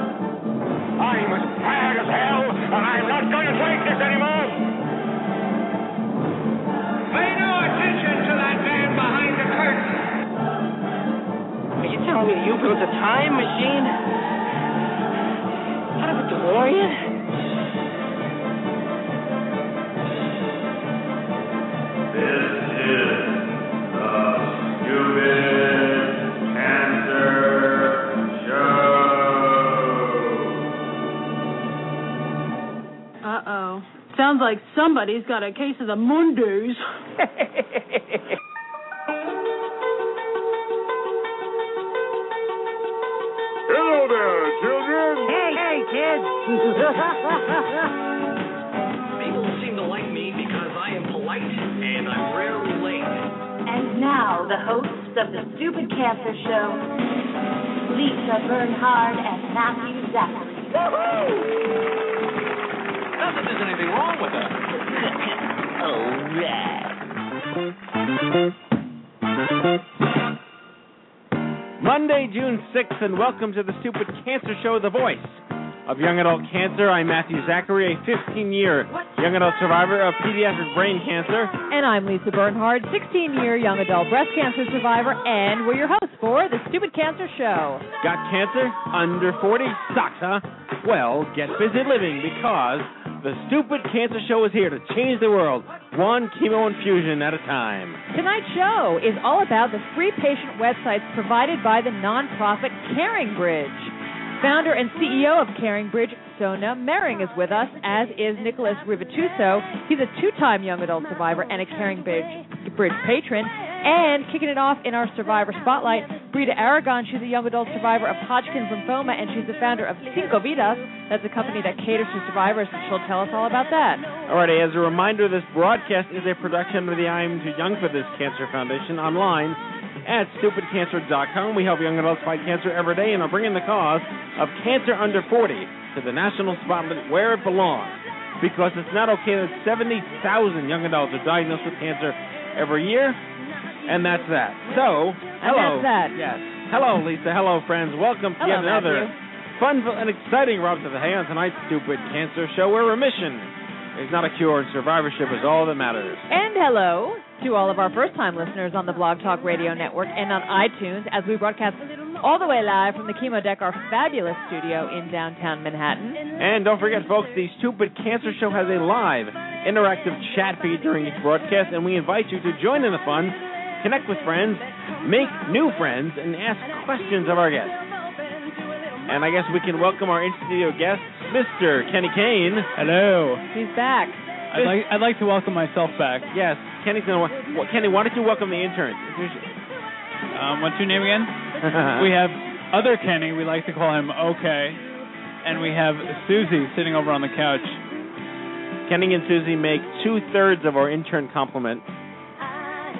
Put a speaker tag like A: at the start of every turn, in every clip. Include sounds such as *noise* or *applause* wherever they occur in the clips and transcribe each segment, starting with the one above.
A: I'm as tired as hell, and I'm not going to take this anymore. Pay no attention to that man behind the curtain.
B: Are you telling me you built a time machine out of a DeLorean?
C: Uh oh. Sounds like somebody's got a case of the Mondays.
A: Hello there, children.
D: Hey, hey, kids.
E: People seem to like me because I am polite and I'm rarely late.
F: And now, the hosts of the Stupid Cancer Show, Lisa Bernhard and Matthew Zachary.
E: Not that there's anything wrong with that.
G: Monday, June 6th, and welcome to the Stupid Cancer Show, the voice of young adult cancer. I'm Matthew Zachary, a 15 year young adult survivor of pediatric brain cancer.
H: And I'm Lisa Bernhard, 16 year young adult breast cancer survivor, and we're your hosts for The Stupid Cancer Show.
G: Got cancer? Under 40? Sucks, huh? Well, get busy living because the Stupid Cancer Show is here to change the world, one chemo infusion at a time.
H: Tonight's show is all about the free patient websites provided by the nonprofit Caring Bridge. Founder and CEO of Caring Bridge, Sona Mering, is with us, as is Nicholas Rivatuso. He's a two time young adult survivor and a Caring Bridge, Bridge patron. And kicking it off in our survivor spotlight, Brita Aragon. She's a young adult survivor of Hodgkin's lymphoma, and she's the founder of Cinco Vidas. That's a company that caters to survivors, and she'll tell us all about that.
G: Alrighty, as a reminder, this broadcast is a production of the I Am Too Young for This Cancer Foundation online at stupidcancer.com. We help young adults fight cancer every day and are bringing the cause of cancer under 40 to the national spotlight where it belongs. Because it's not okay that 70,000 young adults are diagnosed with cancer every year, and that's that. So, hello.
H: And that's that.
G: Yes. Hello, Lisa. Hello, friends. Welcome to yet
H: Hello,
G: another
H: Matthew.
G: Fun and exciting Rob to the Hay on tonight's Stupid Cancer Show, where remission is not a cure and survivorship is all that matters.
H: And hello to all of our first time listeners on the Blog Talk Radio Network and on iTunes as we broadcast all the way live from the Chemo Deck, our fabulous studio in downtown Manhattan.
G: And don't forget, folks, the Stupid Cancer Show has a live, interactive chat feed during each broadcast, and we invite you to join in the fun, connect with friends, make new friends, and ask questions of our guests. And I guess we can welcome our in studio guest, Mr. Kenny Kane.
I: Hello.
H: He's back.
I: I'd like, I'd like to welcome myself back.
G: Yes, Kenny's gonna. wa- Well, Kenny, why don't you welcome the interns?
I: *laughs* Um, what's your name again? we have other Kenny. We like to call him OK. And we have Susie sitting over on the couch.
G: Kenny and Susie make two thirds of our intern compliment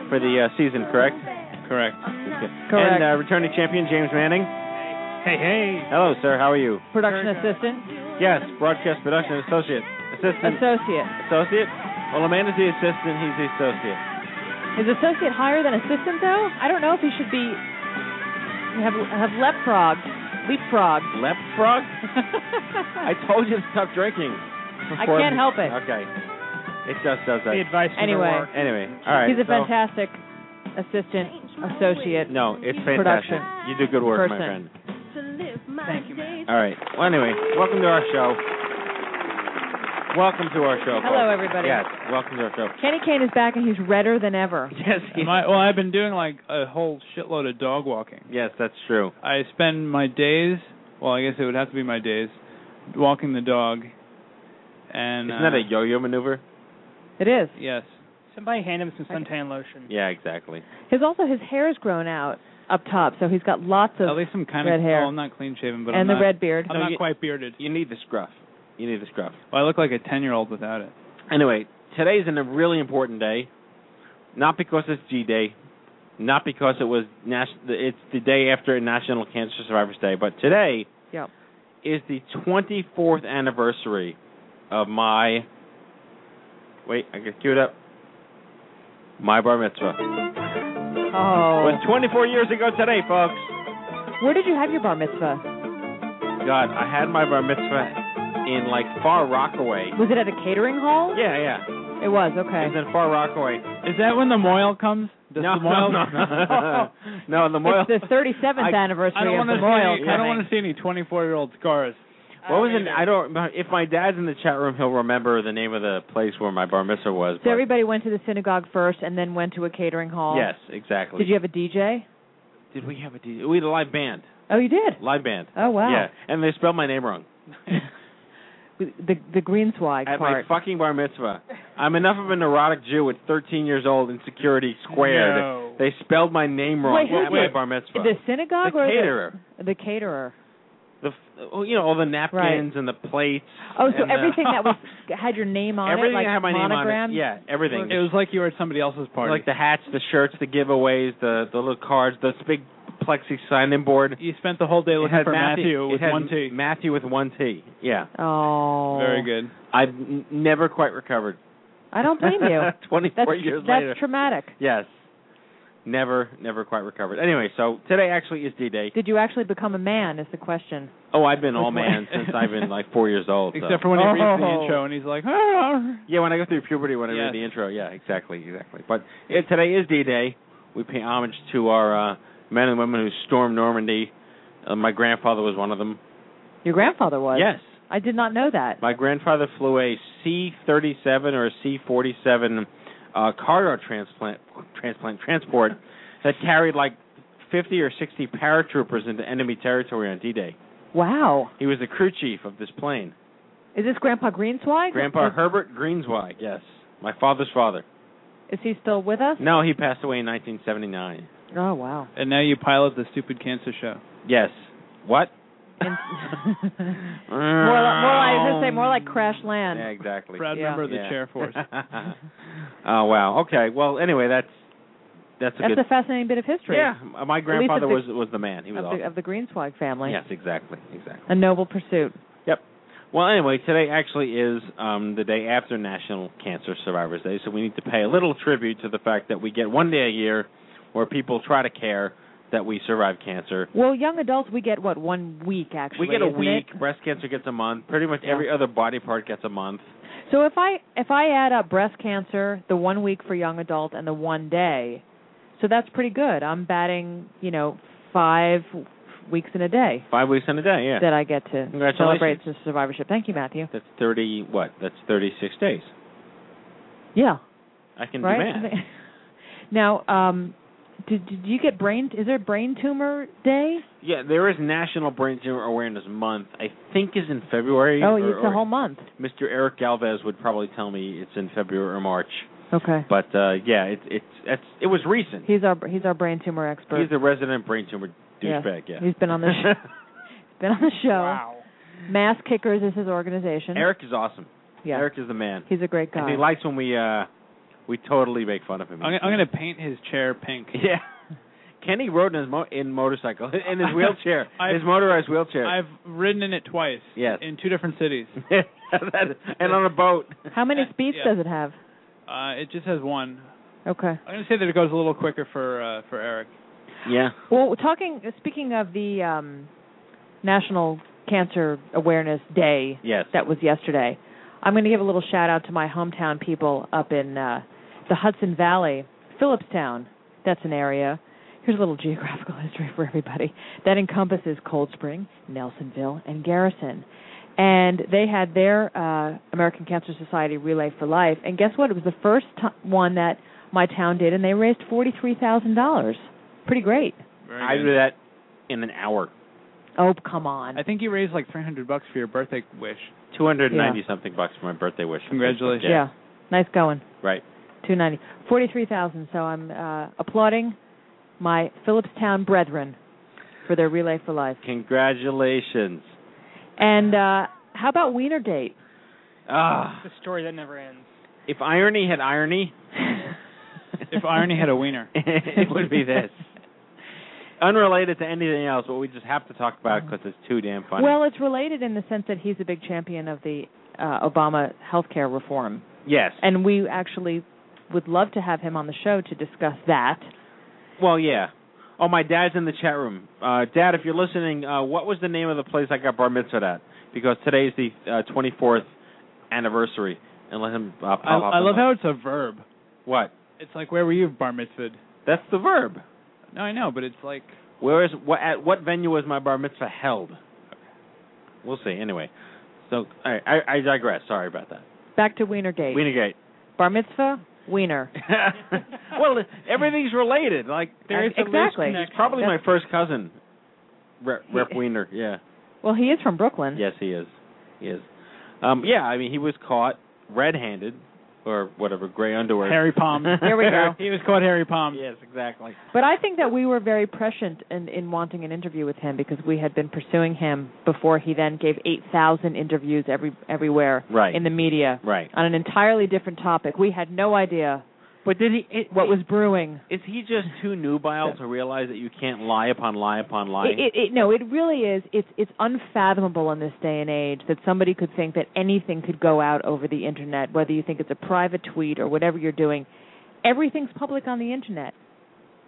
G: for the uh, season, correct?
I: Correct.
G: And uh, returning champion James Manning.
I: Hey, hey.
G: Hello, sir. How are you?
H: Production assistant,
G: Yes, broadcast production associate, assistant,
H: associate.
G: associate. Well, a man is the assistant. He's the associate.
H: Is associate higher than assistant though? I don't know if he should be have have leapfrogged, leapfrogged.
G: Leapfrog. *laughs* I
H: I,
G: told you to stop drinking. before-
H: can't help it.
G: Okay. It just does that.
I: The advice
H: never Anyway. worked.
G: Anyway, all right.
H: He's a
G: so-
H: fantastic assistant, associate.
G: No, it's fantastic.
H: Production.
G: You do good work, my friend.
H: Person.
I: Thank you, man.
G: All right. Well, anyway, welcome to our show. Welcome to our show.
H: Hello,
G: folks.
H: everybody.
G: Yes, welcome to our show.
H: Kenny Kane is back and he's redder than ever.
G: Yes,
I: Am I- well, I've been doing like a whole shitload of dog walking.
G: yes, that's true.
I: I spend my days, well, I guess it would have to be my days, walking the dog. And
G: Isn't that
I: uh,
G: a yo-yo maneuver?
H: It is.
I: yes?
J: Somebody hand him some suntan lotion.
G: Yeah, exactly.
H: His also his hair's grown out up top, so he's got lots of
G: Oh,
I: At least I'm kind
H: red
I: of.
H: hair.
I: Well, I'm not clean shaven, but
H: and
I: I'm
H: the
I: not,
H: red beard.
I: I'm
G: No,
I: not
G: you-
I: quite bearded.
G: You need the scruff. You need the scruff.
I: Well, I look like a ten year old without it.
G: Anyway, today's a really important day not because it's G Day, not because it was nas- it's the day after National Cancer Survivors Day, but today
H: Yep.
G: is the 24th anniversary of my. Wait, I got queued up. My bar mitzvah.
H: Oh.
G: It was 24 years ago today, folks.
H: Where did you have your bar mitzvah?
G: God, I had my bar mitzvah in like Far Rockaway.
H: Was it at a catering hall?
G: Yeah, yeah.
H: It was, okay.
G: It's in Far Rockaway.
I: Is that when the Moyle comes? Does
G: No,
I: the Moyle?
G: no,
I: *laughs*
G: no. no, the Moyle.
H: It's *laughs* the 37th
G: I-
I: I
H: anniversary
I: don't
H: of
I: want
H: the
I: to see.
H: Royal
I: Any, I don't want to see any 24-year-old scars.
G: What was it? I don't. remember. If my dad's in the chat room, he'll remember the name of the place where my bar mitzvah was.
H: So
G: but-
H: everybody went to the synagogue first and then went to a catering hall?
G: yes, exactly.
H: Did you have a DJ?
G: Did we have a DJ? We had a live band.
H: Oh, you did?
G: Live band.
H: Oh, wow.
G: Yeah, and they spelled my name wrong
H: The, the greenswag
G: at
H: part.
G: my fucking bar mitzvah. I'm enough of a neurotic Jew at 13 years old, insecurity squared.
I: No.
G: They spelled my name wrong
H: Wait, who
G: at my
H: did?
G: bar mitzvah.
H: the synagogue
G: the
H: or
G: caterer.
H: the the caterer?
G: The, f- oh, you know all the napkins
H: Right.
G: and the plates.
H: Oh, so
G: and the-
H: everything
G: *laughs*
H: that was had your name on
G: everything
H: it, like
G: that had my
H: monogrammed?
G: name on it. Yeah, everything.
I: It was like you were at somebody else's party.
G: Like the hats, the shirts, the giveaways, the the little cards, this big plexi sign-in board.
I: you spent the whole day
G: It
I: looking
G: had
I: for Matthew,
G: it
I: with
G: had
I: one T.
G: Matthew with one T. Yeah,
H: Oh,
I: Very good.
G: I've n- never quite recovered.
H: I don't blame you.
G: *laughs* Twenty-four
H: That's
G: years
H: that's
G: later.
H: traumatic.
G: yes, never, never quite recovered. Anyway, so today actually is D-Day.
H: Did you actually become a man? Is the question.
G: Oh, I've been
H: *laughs*
G: all
I: Which
G: man
I: one?
G: since I've been like four years old. so-
I: Except for when he reads the
H: Oh.
I: intro and he's like, ah.
G: Yeah, when I go through puberty, when I
I: Yes.
G: read the intro. Yeah, exactly, exactly. But yeah, today is D-Day. We pay homage to our uh, men and women who stormed Normandy. Uh, my grandfather was one of them.
H: Your grandfather was.
G: Yes,
H: I did not know that.
G: my grandfather flew a C-37 or a C-47 uh, cargo transplant transplant transport that carried like 50 or 60 paratroopers into enemy territory on D-Day.
H: Wow.
G: He was the crew chief of this plane.
H: Is this Grandpa Greenswag?
G: Grandpa
H: Is-
G: Herbert Greenswag. Yes, my father's father.
H: Is he still with us?
G: No, he passed away in 1979.
H: Oh wow.
I: And now you pilot the stupid cancer show.
G: Yes. What? *laughs*
H: *laughs* And- more, like, more like I was gonna say more like Crash Land.
G: Yeah, exactly.
I: Proud
H: Yeah.
I: member of the
G: Yeah.
I: chair force.
G: *laughs* oh wow. Okay. Well, anyway, that's that's a
H: That's
G: good.
H: a fascinating bit of history.
G: yeah, m- my grandfather
H: the-
G: was was the man. He was
H: Of the,
G: awesome.
H: of the Greenswag family.
G: Yes, exactly, exactly.
H: A noble pursuit.
G: Well, anyway, today actually is um, the day after National Cancer Survivors Day, so we need to pay a little tribute to the fact that we get one day a year where people try to care that we survive cancer.
H: Well, young adults, we get what one week
G: We
H: actually.
G: get a
H: isn't
G: week.
H: it?
G: Breast cancer gets a month. Pretty much
H: Yeah.
G: every other body part gets a month.
H: So if I if I add up breast cancer, the one week for young adult, and the one day, so that's pretty good. I'm batting you know five weeks in a day
G: Five weeks in a day. Yeah.
H: that I get to
G: Congratulations.
H: celebrate the survivorship. Thank you, Matthew.
G: That's thirty. What? That's thirty-six days.
H: Yeah,
G: I can
H: right. *laughs*
G: do math.
H: now, um, did did you get brain? Is there brain tumor day?
G: Yeah, there is National Brain Tumor Awareness Month. I think is in February.
H: Oh,
G: or-
H: it's a
G: or-
H: whole month.
G: Mr. Eric Galvez would probably tell me it's in February or March.
H: Okay.
G: But uh yeah, it it's it's it was recent.
H: He's our he's our brain tumor expert.
G: He's a resident brain tumor
H: Yeah.
G: douchebag. Yeah.
H: He's been
G: *laughs*
H: on the sh- been on the show.
J: Wow.
H: Mass Kickers is his organization.
G: Eric is awesome.
H: yeah.
G: Eric is the man.
H: He's a great guy.
G: And he likes when we uh we totally make fun of him.
I: I'm, I'm going to paint his chair pink.
G: *laughs* Yeah. Kenny rode in his mo- in motorcycle *laughs* in his
I: *laughs*
G: wheelchair,
I: I've-
G: his motorized wheelchair.
I: I've ridden in it twice.
G: Yes.
I: In two different cities.
G: *laughs* That- and on a boat.
H: How many speeds
I: Yeah.
H: does it have?
I: Uh, it just has one.
H: Okay.
I: I'm going to say that it goes a little quicker for uh, for Eric.
G: Yeah.
H: Well, talking speaking of the um, National Cancer Awareness Day
G: Yes.
H: that was yesterday, I'm going to give a little shout out to my hometown people up in uh, the Hudson Valley, Phillipstown. That's an area. Here's a little geographical history for everybody that encompasses Cold Spring, Nelsonville, and Garrison. And they had their uh, American Cancer Society Relay for Life. And guess what? It was the first to- one that my town did, and they raised $43,000. Pretty great.
I: Very
G: I
I: good.
G: do that in an hour.
H: Oh, come on.
I: I think you raised like 300 bucks for your birthday wish.
G: 290 something bucks for my birthday wish.
I: Congratulations.
H: yeah. Nice going.
G: Right.
H: 290. 43,000. So I'm uh, applauding my Phillipstown brethren for their relay for life.
G: Congratulations.
H: And uh, how about Wiener Date?
G: Ah,
J: The story that never ends.
G: if irony had irony,
I: if irony had a wiener,
H: *laughs*
G: *laughs* it would be this. Unrelated to anything else, but we just have to talk about because it's too damn funny.
H: Well, it's related in the sense that he's a big champion of the uh, Obama healthcare reform.
G: yes.
H: And we actually would love to have him on the show to discuss that.
G: Well, yeah. Oh, my dad's in the chat room. Uh, Dad, if you're listening, uh, what was the name of the place I got bar mitzvahed at? Because today's the uh, 24th anniversary. And let him uh, pop
I: I,
G: up.
I: I
G: on
I: love
G: that.
I: how it's a verb.
G: What?
I: It's like where were you bar mitzvahed?
G: That's the verb.
I: No, I know, but it's like
G: Where is what? At what venue was my bar mitzvah held? We'll see. Anyway, so all right, I, I digress. Sorry about that.
H: Back to Wienergate.
G: Wienergate.
H: Bar mitzvah, Wiener.
G: *laughs* well, everything's related. Like
H: There is a loose Exactly.
G: He's
H: connection.
G: probably my
H: That's-
G: first cousin, Rep, Rep Wiener. Yeah.
H: Well, he is from Brooklyn.
G: Yes, he is. He is. Um, yeah, I mean, he was caught red-handed or whatever, gray underwear. *laughs*
H: *laughs*
I: Harry Palm.
H: There we go.
I: *laughs* he was called Harry Palm.
G: Yes, exactly.
H: But I think that we were very prescient in, in wanting an interview with him because we had been pursuing him before he then gave 8,000 interviews every everywhere
G: Right.
H: in the media
G: Right.
H: on an entirely different topic. We had no idea
G: But did he? It,
H: what was brewing.
G: Is he just too nubile to realize that you can't lie upon lie upon lie?
H: It, it, it, no, it really is. It's it's unfathomable in this day and age that somebody could think that anything could go out over the internet, whether you think it's a private tweet or whatever you're doing. Everything's public on the internet.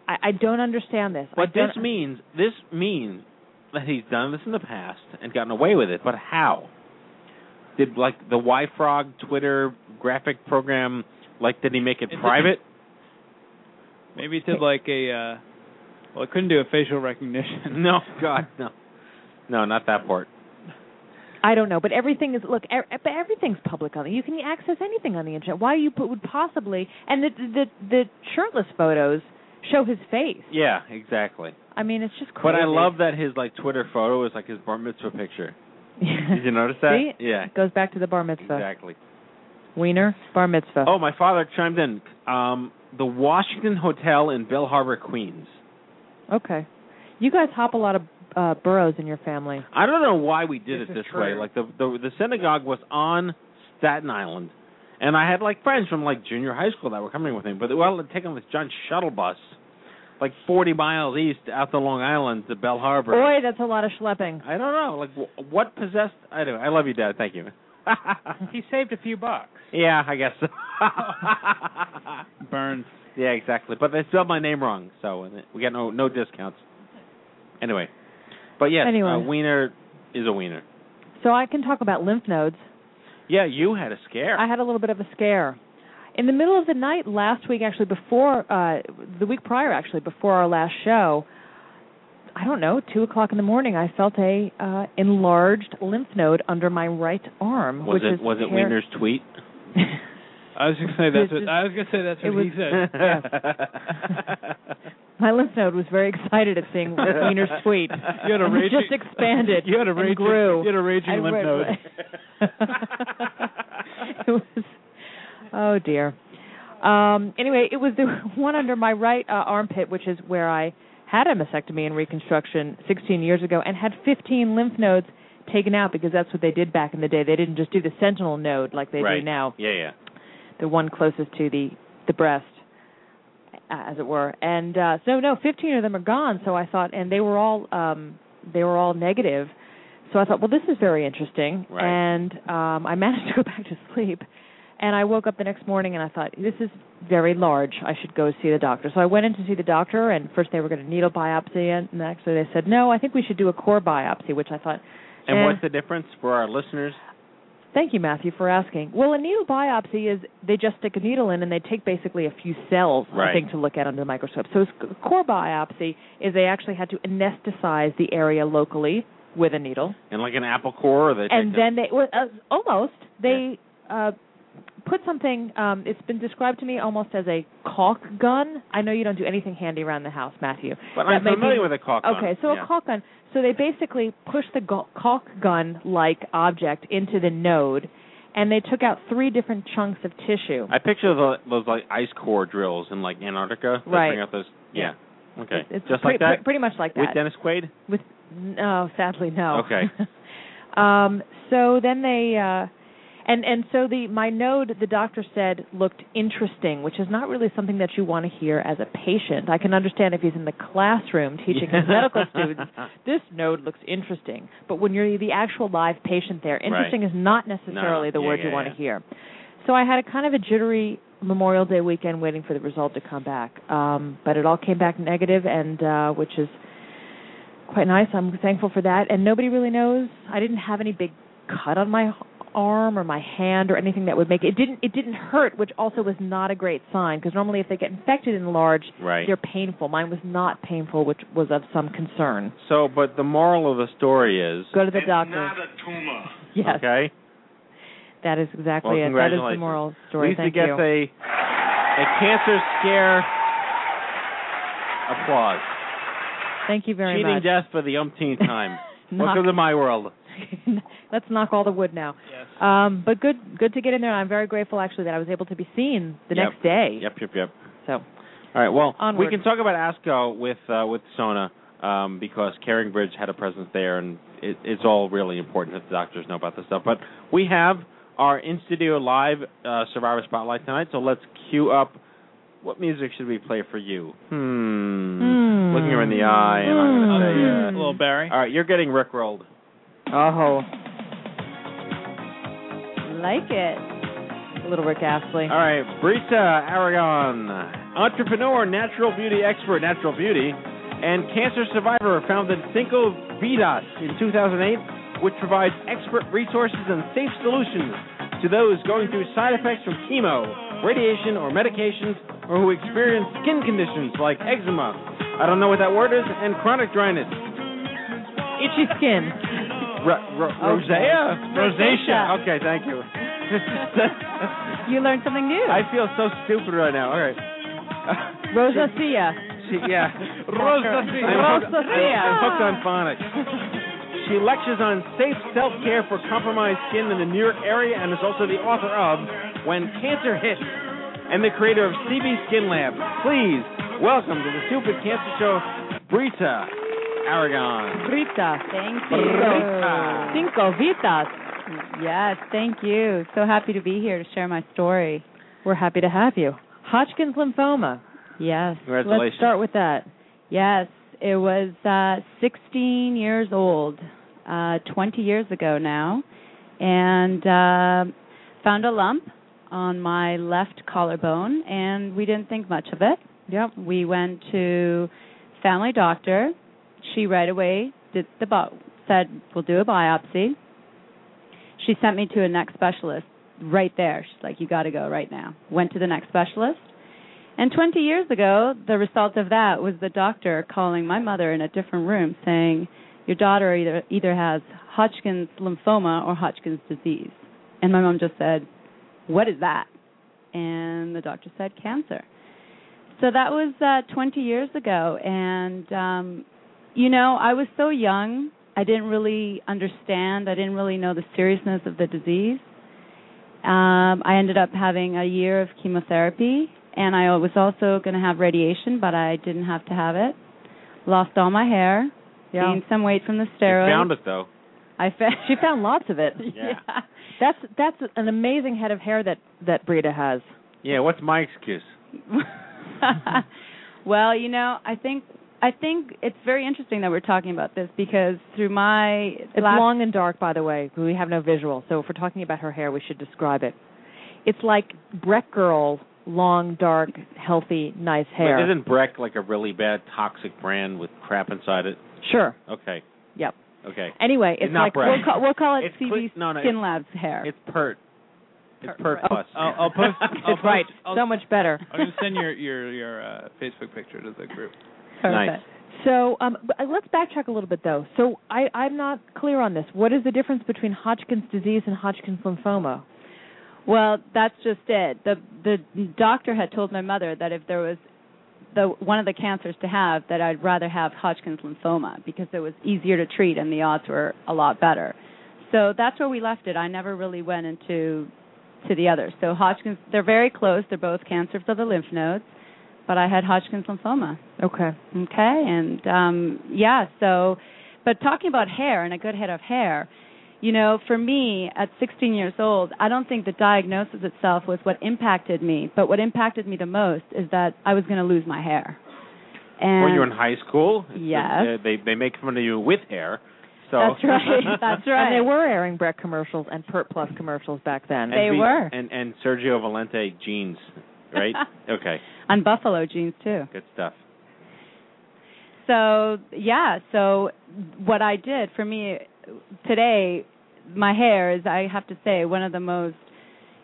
H: I, I don't understand this. I
G: What
H: don't-
G: this means, this means that he's done this in the past and gotten away with it. But how? Did like the Y Frog Twitter graphic program? Like, did he make it
I: It's
G: *laughs*
I: a-
G: private?
I: Maybe it did like a. Uh, well, it couldn't do a facial *laughs* recognition.
G: No, God, no, no, not that part.
H: I don't know, but everything is look, er, but everything's public on. You can access anything on the internet. Why you put, would possibly and the the the shirtless photos show his face.
G: Yeah, exactly.
H: I mean, it's just crazy.
G: But I
H: *laughs*
G: love that his like Twitter photo is like his bar mitzvah *laughs* picture. Did you notice that?
H: See?
G: Yeah,
H: Goes back to the bar mitzvah.
G: exactly.
H: Wiener bar mitzvah.
G: Oh, my father chimed in. Um, the Washington Hotel in Bell Harbor, Queens. Oh.
H: Okay. You guys hop a lot of uh burrows in your family.
G: I don't know why we did
I: This
G: it
I: is
G: this
I: true.
G: way. Like the, the the synagogue was on Staten Island, and I had like friends from like junior high school that were coming with me, but they were all taking this giant shuttle bus, like forty miles east out to Long Island to Bell Harbor.
H: Boy, that's a lot of schlepping.
G: I don't know. Like wh- what possessed? I do. I love you, Dad. Thank you. *laughs*
J: He saved a few bucks.
G: yeah, I guess. so. *laughs*
I: Burns.
G: yeah, exactly. But they spelled my name wrong, so we got no no discounts. Anyway, but yes,
H: Anyway.
G: uh, wiener is a wiener.
H: So I can talk about lymph nodes.
G: Yeah, you had a scare.
H: I had a little bit of a scare. In the middle of the night last week, actually, before uh, the week prior, actually, before our last show, I don't know, two o'clock in the morning, I felt a uh, enlarged lymph node under my right arm,
G: Was
H: which
G: it
H: is
G: was it
H: hair-
G: Wiener's tweet?
I: *laughs*
H: *laughs*
I: I was gonna say that's
H: This
I: what
H: is-
I: I was gonna say that's
H: it
I: what he
H: was-
I: said.
G: *laughs*
H: *laughs* my lymph node was very excited at
I: *laughs*
H: seeing Wiener's tweet.
I: You had a
H: And it
I: raging,
H: just expanded
I: *laughs* You had a
H: and
I: raging,
H: grew.
I: You had a raging
H: I
I: lymph
H: read-
I: node.
H: *laughs* it was, oh dear. Um, anyway, it was the *laughs* one under my right uh, armpit, which is where I had a mastectomy and reconstruction 16 years ago, and had 15 lymph nodes taken out because that's what they did back in the day. They didn't just do the sentinel node like they
G: right.
H: do now,
G: Yeah, yeah.
H: the one closest to the the breast, uh, as it were. And uh, so no, 15 of them are gone. So I thought, and they were all um, they were all negative. So I thought, well, this is very interesting.
G: Right.
H: And um, I managed to go *laughs* back to sleep. And I woke up the next morning and I thought, this is very large. I should go see the doctor. So I went in to see the doctor, and first they were going to needle biopsy, and and actually they said, no, I think we should do a core biopsy, which I thought.
G: And
H: eh.
G: what's the difference for our listeners?
H: Thank you, Matthew, for asking. Well, a needle biopsy is they just stick a needle in and they take basically a few cells,
G: Right.
H: I think, to look at under the microscope. So a core biopsy is they actually had to anesthetize the area locally with a needle,
G: And like an apple core, or they
H: and
G: take
H: then they well, uh, almost they uh, put something. Um, it's been described to me almost as a caulk gun. I know you don't do anything handy around the house, Matthew.
G: a, but I'm
H: that may
G: familiar
H: be-
G: with a caulk. gun.
H: Okay, so
G: Yeah.
H: a caulk gun. So they basically pushed the gu- caulk gun like object into the node, and they took out three different chunks of tissue.
G: I picture the, those like ice core drills in like Antarctica. They
H: Right.
G: Bring out those. Yeah. Okay.
H: It's- it's
G: Just
H: pretty,
G: like that.
H: pre- pretty much like that.
G: With Dennis Quaid.
H: With *laughs* no, sadly no.
G: Okay.
H: um, so then they uh And and so the my node, the doctor said, looked interesting, which is not really something that you want to hear as a patient. I can understand if he's in the classroom teaching his
K: *laughs*
H: medical students, this node looks interesting. But when you're the actual live patient there, interesting is not necessarily
K: No.
H: the
K: Yeah,
H: word
K: yeah,
H: you want
K: yeah.
H: to hear. So I had a kind of a jittery Memorial Day weekend waiting for the result to come back. Um, but it all came back negative and uh which is quite nice. I'm thankful for that. And nobody really knows. I didn't have any big cut on my h- arm or my hand or anything that would make it, it didn't it didn't hurt, which also was not a great sign because normally if they get infected and large,
G: Right.
H: they're painful. Mine was not painful, which was of some concern.
G: So, but the moral of the story is
H: Go to the doctor.
A: a tumor.
H: Yes,
G: Okay.
H: that is exactly
G: Well,
H: it. That is the
G: congratulations.
H: moral story.
G: Lisa
H: Thank
G: gets
H: you.
G: a a cancer scare applause.
H: Thank you very
G: Cheating
H: much.
G: death for the umpteenth
H: *laughs*
G: time.
H: Knock.
G: Welcome to my world.
H: *laughs* Let's knock all the wood now. Um, but good, good to get in there. and I'm very grateful actually that I was able to be seen the
G: Yep.
H: next day.
G: Yep, yep, yep.
H: So.
G: All right. Well,
H: Onward.
G: we can talk about ASCO with uh, with Sona um, because Caring Bridge had a presence there, and it, it's all really important that the doctors know about this stuff. But we have our in studio live uh, Survivor Spotlight tonight, so let's cue up. What music should we play for you? Hmm. Looking her in the eye, and I'm going to
H: Hmm.
G: say, uh,
I: *laughs* A little Barry.
G: all right, you're getting rickrolled.
H: Oh. Like it. A little Rick Astley.
G: All right, Brita Aragon, entrepreneur, natural beauty expert, natural beauty, and cancer survivor, founded Cinco Vidas in 2008, which provides expert resources and safe solutions to those going through side effects from chemo, radiation, or medications, or who experience skin conditions like eczema. I don't know what that word is, and chronic dryness.
H: Itchy skin.
G: *laughs* Ro- ro- Rosea? Rosacea. Okay, thank you. *laughs*
H: You learned something new.
G: I feel so stupid right now. All right.
H: Rosacea.
G: She, yeah.
H: Rosacea.
G: I'm hooked-
H: Rosacea.
G: I'm hooked on phonics. She lectures on safe self care for compromised skin in the New York area and is also the author of When Cancer Hits and the creator of CB Skin Lab. Please welcome to the Stupid Cancer Show, Brita Aragon.
L: Brita. Thank you.
G: Brita.
L: Cinco vitas. Yes, thank you. So happy to be here to share my story.
H: We're happy to have you. Hodgkin's lymphoma.
L: Yes.
G: Congratulations.
L: Let's start with that. Yes, it was uh, 16 years old, uh, 20 years ago now, and uh, found a lump on my left collarbone, and we didn't think much of it.
H: Yep.
L: We went to family doctor. She right away did the bi- said we'll do a biopsy. She sent me to a neck specialist right there. She's like, you got to go right now. Went to the neck specialist. And 20 years ago, the result of that was the doctor calling my mother in a different room saying, Your daughter either, either has Hodgkin's lymphoma or Hodgkin's disease. And my mom just said, What is that? And the doctor said, Cancer. So that was uh, 20 years ago. And, um, you know, I was so young, I didn't really understand, I didn't really know the seriousness of the disease. Um, I ended up having a year of chemotherapy, and I was also going to have radiation, but I didn't have to have it. Lost all my hair,
H: Yeah.
L: gained some weight from the steroids.
G: Found it,
L: *laughs*
G: though.
L: I found.
H: She found lots of it.
G: Yeah.
H: That's that's an amazing head of hair that that Brita has.
G: Yeah, what's my excuse?
L: *laughs* well, you know, I think I think it's very interesting that we're talking about this because through my
H: It's long and dark, by the way. We have no visual, so if we're talking about her hair, we should describe it. It's like Breck Girl, long, dark, healthy, nice hair.
G: But isn't Breck like a really bad toxic brand with crap inside it?
H: Sure.
G: Okay.
H: Yep.
G: Okay.
H: Anyway, it's,
G: It's not
H: like
G: Breck.
H: we'll call, we'll call it
G: It's
H: CB
G: cle- no, no,
H: Skin
G: it's-
H: Lab's hair.
G: It's Pert. It's Pert
H: right.
G: Plus.
I: I'll,
H: *laughs*
I: I'll post.
G: *laughs* Oh,
I: I'll
H: That's right.
I: post- I'll,
H: so much better.
I: I'm Oh. gonna send your your your uh, Facebook picture to the group.
H: Perfect. So um, but, uh, let's backtrack a little bit, though. So I, I'm not clear on this. What is the difference between Hodgkin's disease and Hodgkin's lymphoma?
L: Well, that's just it. The the doctor had told my mother that if there was the one of the cancers to have, that I'd rather have Hodgkin's lymphoma because it was easier to treat and the odds were a lot better. So that's where we left it. I never really went into to the others. So Hodgkin's they're very close. They're both cancers of the lymph nodes, but I had Hodgkin's lymphoma.
H: Okay.
L: Okay, and um yeah, so but talking about hair and a good head of hair, You know, for me at 16 years old, I don't think the diagnosis itself was what impacted me, but what impacted me the most is that I was going to lose my hair. And
G: Were you in high school? uh,
L: Yes.
G: They- They they make fun of you with hair. So
H: That's
G: *laughs*
H: right. That's right.
L: And they
H: were airing Breck commercials and Pert Plus commercials back then.
G: And be- And and Sergio Valente jeans,
H: *laughs*
G: right? okay,
L: on buffalo jeans too.
G: good stuff.
L: So yeah, so what I did for me today, my hair is I have to say one of the most.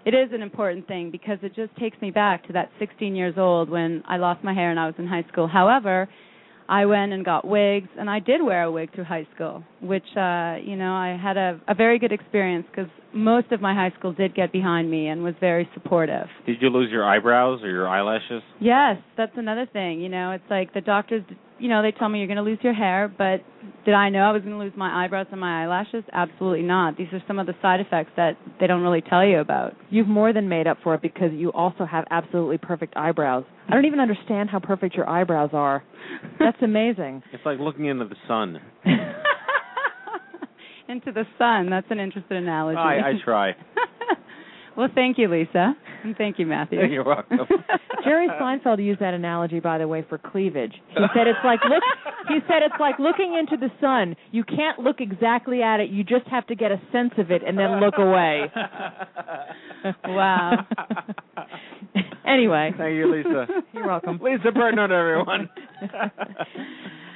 L: It is an important thing because it just takes me back to that 16 years old when I lost my hair and I was in high school. However, I went and got wigs and I did wear a wig through high school, which uh, you know I had a, a very good experience because most of my high school did get behind me and was very supportive.
G: Did you lose your eyebrows or your eyelashes?
L: Yes, that's another thing. You know, it's like the doctors, you know, they tell me you're going to lose your hair, but did I know I was going to lose my eyebrows and my eyelashes? Absolutely not. These are some of the side effects that they don't really tell you about.
H: You've more than made up for it because you also have absolutely perfect eyebrows. I don't even understand how perfect your eyebrows are.
L: *laughs*
H: That's amazing.
G: It's like looking into the
H: *laughs*
G: sun.
L: Into the sun, that's an interesting analogy.
G: I
L: *laughs*
G: I try. *laughs*
L: well, thank you, Lisa. And thank you, Matthew.
G: You're welcome. *laughs*
H: Jerry Seinfeld used that analogy, by the way, for cleavage. He said it's like look. He said it's like looking into the sun. You can't look exactly at it. You just have to get a sense of it and then look away. *laughs*
L: wow. anyway.
G: Thank you, Lisa.
H: *laughs* You're welcome.
G: Lisa Burnett, everyone.
H: *laughs*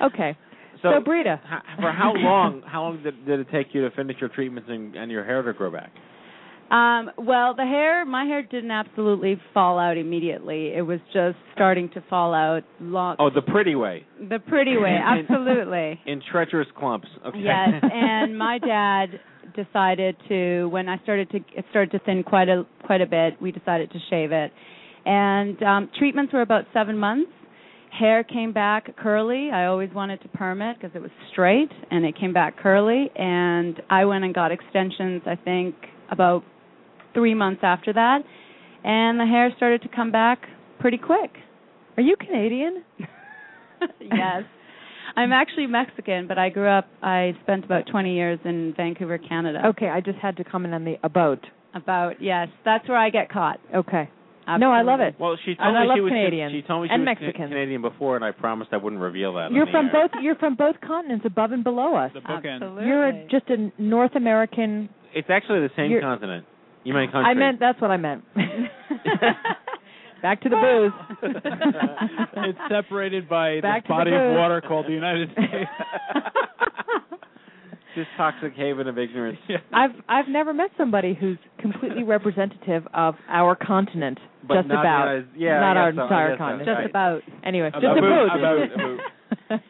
H: Okay.
G: So,
H: So, Brita.
G: h- for how long? How long did, did it take you to finish your treatments and, and your hair to grow back?
L: Um, well, the hair, my hair didn't absolutely fall out immediately. It was just starting to fall out long,
G: Oh, the pretty way.
L: the pretty way,
G: *laughs* And- and-
L: absolutely.
G: In treacherous clumps. Okay. *laughs*
L: Yes, and my dad decided to when I started to it started to thin quite a quite a bit. We decided to shave it, and um, treatments were about seven months. Hair came back curly. I always wanted to perm it because it was straight, and it came back curly. And I went and got extensions. I think about three months after that, and the hair started to come back pretty quick.
H: Are you
G: *laughs*
H: Canadian?
L: yes. I'm actually Mexican, but I grew up. I spent about 20 years in Vancouver, Canada.
H: Okay, I just had to comment on the about.
L: About yes, that's where I get caught.
H: Okay. No, I love it.
G: Well, she told
H: And
G: me
H: I love
G: she was
H: Canadians
G: She told me she
H: and
G: was Ca-
H: Mexicans.
G: Canadian before, and I promised I wouldn't reveal that. on
H: You're
G: the
H: from
G: air.
H: both. You're from both continents, above and below us.
L: Absolutely.
H: You're a, just a North American.
G: It's actually the same
H: You're-
G: continent. You mean country?
H: I meant that's what
G: *laughs*
H: I meant. *laughs* Back to
G: *laughs*
H: the *laughs* booze.
I: it's separated by
H: Back to
I: this
H: the
I: body of
H: booth.
I: water called the United
H: *laughs*
I: States.
G: *laughs* Just toxic haven of ignorance.
H: I've I've never met somebody who's completely representative of our continent.
G: But
H: just
G: not
H: about,
G: the United- yeah, I
H: not
G: guess
H: our
G: so, I guess
H: entire
G: so,
H: continent.
G: Just right.
L: about.
H: Anyway, just
G: About-
H: a booth.
G: about- about-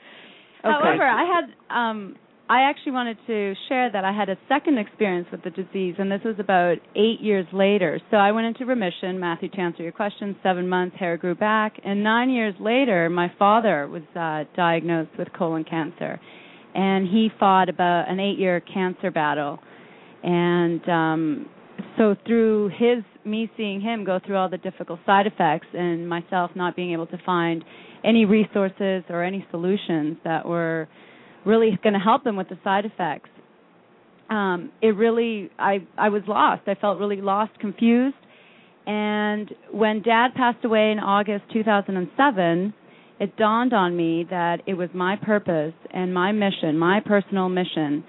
H: Okay.
L: However, I had um I actually wanted to share that I had a second experience with the disease and this was about 8 years later. So I went into remission, Matthew to answer your question, 7 months hair grew back and 9 years later my father was uh diagnosed with colon cancer and he fought about an 8-year cancer battle. And um so through his me seeing him go through all the difficult side effects and myself not being able to find any resources or any solutions that were really going to help them with the side effects um it really i i was lost i felt really lost confused and when dad passed away in august 2007 it dawned on me that it was my purpose and my mission my personal mission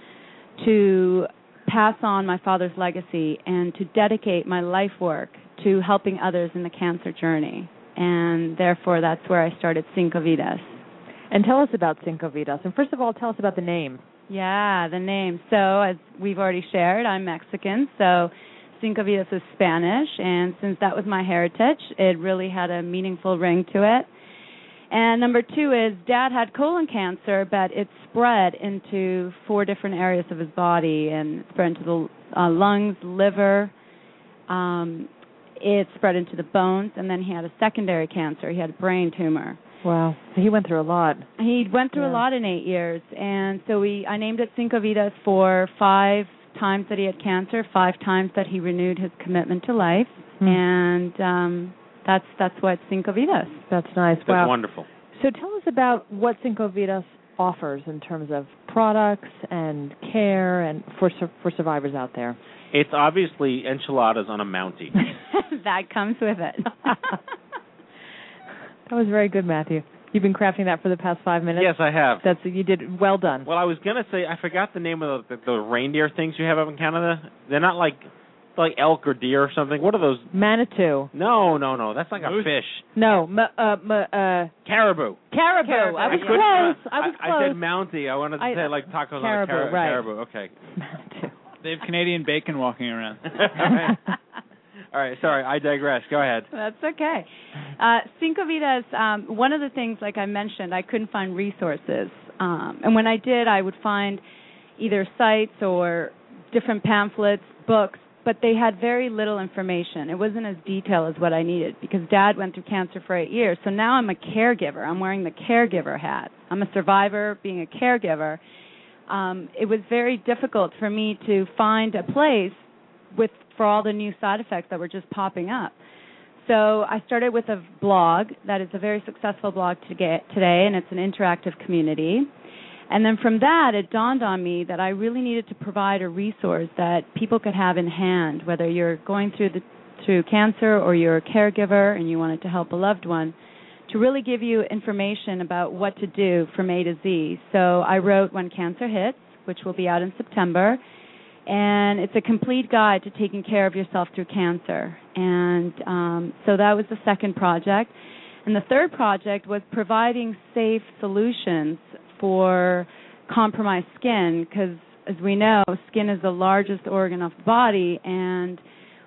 L: to pass on my father's legacy and to dedicate my life work to helping others in the cancer journey and therefore that's where i started cinco vidas
H: *laughs* and tell us about Cinco Vidas. And first of all, tell us about the name.
L: Yeah, the name. So, as we've already shared, I'm Mexican. So, Cinco Vidas is Spanish. And since that was my heritage, it really had a meaningful ring to it. And number two is dad had colon cancer, but it spread into four different areas of his body and it spread into the uh, lungs, liver. Um, it spread into the bones. And then he had a secondary cancer. He had a brain tumor.
H: Wow, he went through a lot.
L: He went through a
H: Yeah.
L: lot in eight years, and so we I named it Cinco Vidas for five times that he had cancer, five times that he renewed his commitment to life,
H: Hmm.
L: and um, that's that's what Cinco Vidas. *laughs*
H: That's nice.
G: That's
H: Wow.
G: wonderful.
H: So tell us about what Cinco Vidas offers in terms of products and care and for sur- for survivors out *laughs* there.
G: It's obviously enchiladas on a Mountie.
L: that comes with it.
H: That was very good, Matthew. You've been crafting that for the past five minutes.
G: yes, I have.
H: *laughs* That's you did well done.
G: Well, I was gonna say I forgot the name of the, the, the reindeer things you have up in Canada. They're not like like elk or deer or something. What are those?
H: Manitou.
G: No, no, no. That's like a fish.
H: No, m- uh, m- uh,
G: Caribou.
H: caribou. I was close. I was close.
G: I said Mountie. I wanted to
H: I-
G: say like tacos
H: caribou,
G: on a car-
H: right.
G: caribou. Okay. *laughs*
I: They have Canadian bacon walking around.
H: *laughs*
G: All right. Sorry, I digress. Go ahead.
L: That's okay. Uh, Cinco Vidas, um, one of the things, like I mentioned, I couldn't find resources. Um, and when I did, I would find either sites or different pamphlets, books, but they had very little information. It wasn't as detailed as what I needed because dad went through cancer for eight years. So now I'm a caregiver. I'm wearing the caregiver hat. I'm a survivor being a caregiver. Um, it was very difficult for me to find a place with for all the new side effects that were just popping up. So I started with a blog that is a very successful blog to get today, and it's an interactive community. And then from that, it dawned on me that I really needed to provide a resource that people could have in hand, whether you're going through the through cancer or you're a caregiver and you wanted to help a loved one, to really give you information about what to do from A to Z. So I wrote When Cancer Hits, which will be out in September and it's a complete guide to taking care of yourself through cancer. And um, so that was the second project. And the third project was providing safe solutions for compromised skin, because as we know, skin is the largest organ of the body, and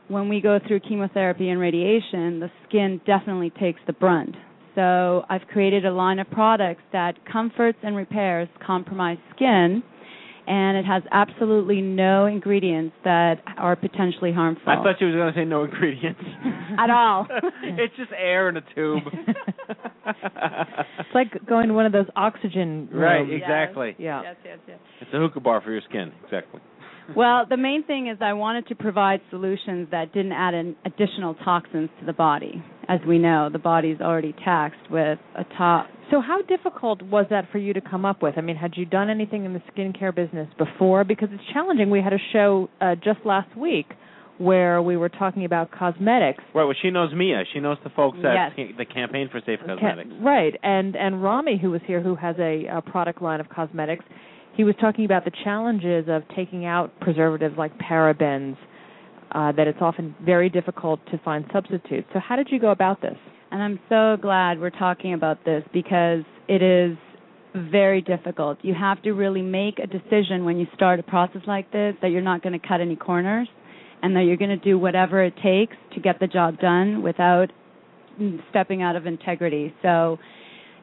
L: when we go through chemotherapy and radiation, the skin definitely takes the brunt. So I've created a line of products that comforts and repairs compromised skin and it has absolutely no ingredients that are potentially harmful
H: Oh.
G: I thought you was gonna say no ingredients.
L: at all.
G: *laughs* it's just air in a
H: *laughs*
G: tube.
H: It's like going to one of those oxygen
G: right.
H: rooms.
G: Exactly.
H: Yeah.
G: It's a hookah bar for your skin.
H: *laughs*
G: Exactly.
L: well, the main thing is I wanted to provide solutions that didn't add an additional toxins to the body. As we know, the body's already taxed with a top.
H: So how difficult was that for you to come up with? I mean, had you done anything in the skincare business before? Because it's challenging. We had a show uh, just last week where we were talking about cosmetics.
G: Right. Well, she knows Mia. She knows the folks
H: Yes.
G: at ca- the campaign for safe cosmetics.
H: Ca- right, and and Rami, who was here, who has a, uh product line of cosmetics, he was talking about the challenges of taking out preservatives like parabens. Uh, that it's often very difficult to find substitutes. So how did you go about this?
L: And I'm so glad we're talking about this because it is very difficult. You have to really make a decision when you start a process like this that you're not going to cut any corners and that you're going to do whatever it takes to get the job done without stepping out of integrity. So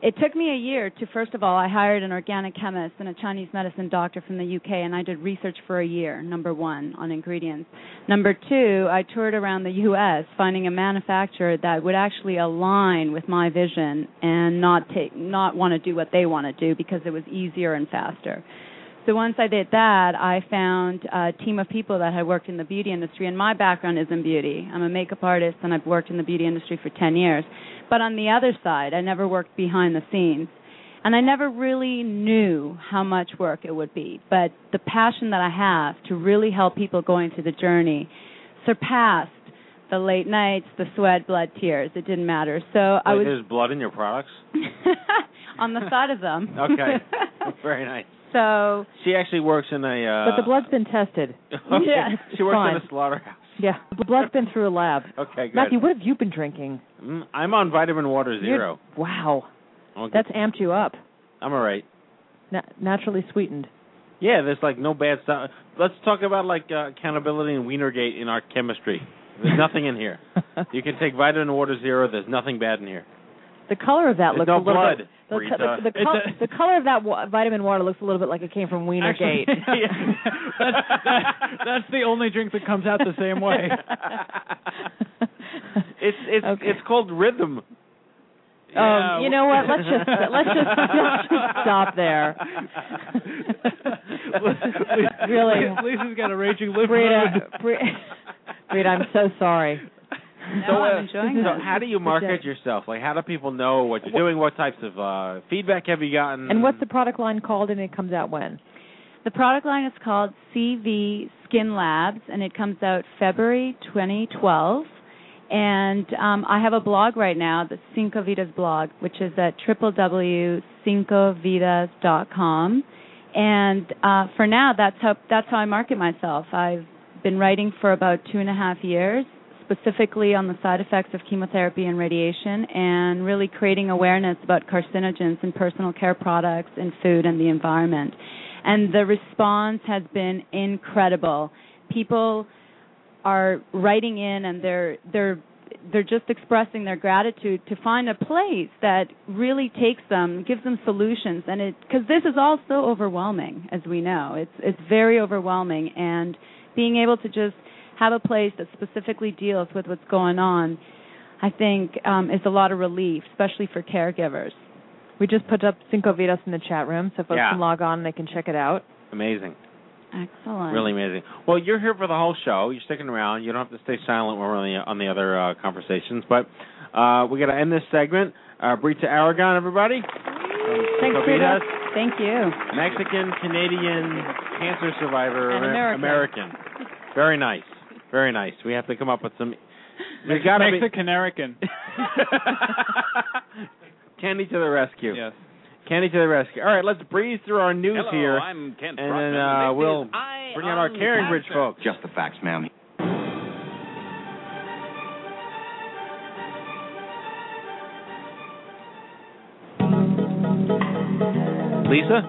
L: it took me a year to first of all I hired an organic chemist and a Chinese medicine doctor from the UK and I did research for a year number 1 on ingredients. Number 2, I toured around the US finding a manufacturer that would actually align with my vision and not take not want to do what they want to do because it was easier and faster. So once I did that, I found a team of people that had worked in the beauty industry, and my background is in beauty. I'm a makeup artist, and I've worked in the beauty industry for 10 years. But on the other side, I never worked behind the scenes. And I never really knew how much work it would be. But the passion that I have to really help people going through the journey surpassed the late nights, the sweat, blood, tears. It didn't matter. So I
G: Wait,
L: was
G: There's blood in your products.
L: *laughs* on the side of them. *laughs*
G: Okay. *laughs* Very nice.
L: so
G: She actually works in a. Uh,
H: but the blood's been tested.
G: *laughs* Okay. She works
H: Fine.
G: in a slaughterhouse.
H: Yeah, the blood's been through a lab.
G: Okay, good.
H: Matthew, what have you been drinking?
G: Mm, I'm on vitamin water
H: You're-
G: 0
H: wow,
G: Okay.
H: that's amped you up.
G: I'm all right.
H: Na- naturally sweetened.
G: Yeah, there's like no bad stuff. Let's talk about like uh, accountability and Wienergate in our chemistry.
H: *laughs*
G: There's nothing in here. You can take vitamin water zero. There's nothing bad in here.
H: The color of that
G: There's
H: looks
G: no
H: a little
G: blood.
H: bit. The,
G: Rita.
H: co- the, the,
G: It's
H: col-
G: a-
H: the color of that wa- vitamin water looks a little bit like it came from Wienergate.
I: *laughs* that's, that- that's the only drink that comes out the same way.
G: *laughs* It's it's it's called rhythm.
H: Um, you know what? Let's
G: *laughs*
H: just let's just, *laughs* let's just stop there. really,
I: Lisa's got a raging
G: *laughs*
I: liver.
H: Brita, Bri- Brita, I'm so sorry.
G: so,
L: I'm
G: uh,
L: enjoying
G: so
L: this.
G: how do you
L: It's
G: market
L: good.
G: yourself? Like, how do people know what you're doing? What types of uh, feedback have you gotten?
H: And what's the product line called, and it comes out when?
L: The product line is called CV Skin Labs, and it comes out February 2012. And um, I have a blog right now, the Cinco Vidas blog, which is at www.cincovidas.com. And uh, for now, that's how that's how I market myself. I've been writing for about two and a half years, specifically on the side effects of chemotherapy and radiation, and really creating awareness about carcinogens in personal care products, in food, and the environment and the response has been incredible. People are writing in and they're they're they're just expressing their gratitude to find a place that really takes them, gives them solutions, and it because this is all so overwhelming, as we know, it's it's very overwhelming, and being able to just have a place that specifically deals with what's going on, I think um, is a lot of relief, especially for caregivers.
H: We just put up Cinco Vidas in the chat room, so folks
G: Yeah.
H: can log on and they can check it out.
G: Amazing.
L: Excellent.
G: Really amazing. Well, you're here for the whole show. You're sticking around. You don't have to stay silent when we're on the, on the other uh, conversations. But uh, we got to end this segment. Uh, Brita Aragon, everybody.
L: Thanks,
G: Copitas.
L: Rita. Thank you.
G: Mexican Canadian cancer survivor,
L: And
G: Amer-
L: American.
G: Very nice. Very nice. We have to come up with some. We
I: Mex-
G: gotta be-
L: *laughs*
I: Mexican American.
G: Candy to the rescue. Yes. Candy to the rescue. All right, let's breeze through our news
M: Hello,
G: here,
M: I'm Kent
G: and then
M: Brockman,
G: uh,
M: and this
G: we'll
M: is Eye
G: bring out our
M: on
G: Caring Bridge
M: Cancer.
G: folks.
M: Just the facts, ma'am.
G: Lisa.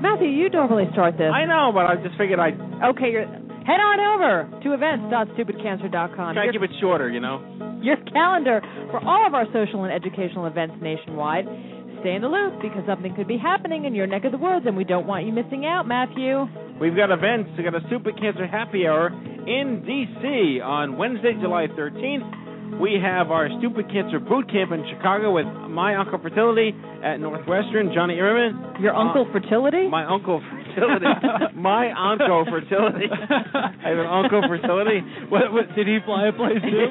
H: Matthew, you don't really start this.
G: I know, but I just figured I'd
H: Okay, you're, head on over to events.stupidcancer.com.
G: try to
H: Your,
G: keep it shorter. You know.
H: your calendar for all of our social and educational events nationwide. Stay in the loop because something could be happening in your neck of the woods, and we don't want you missing out, Matthew.
G: We've got events. We've got a Super Cancer Happy Hour in D.C. on Wednesday, July 13th. We have our Stupid Cancer Boot Camp in Chicago with my Uncle Fertility at Northwestern, Johnny Ehrman.
H: Your
G: Uh,
H: uncle fertility?
G: My uncle
I: *laughs*
G: fertility. my uncle fertility. I have an uncle fertility.
I: What, what, did he fly a plane too?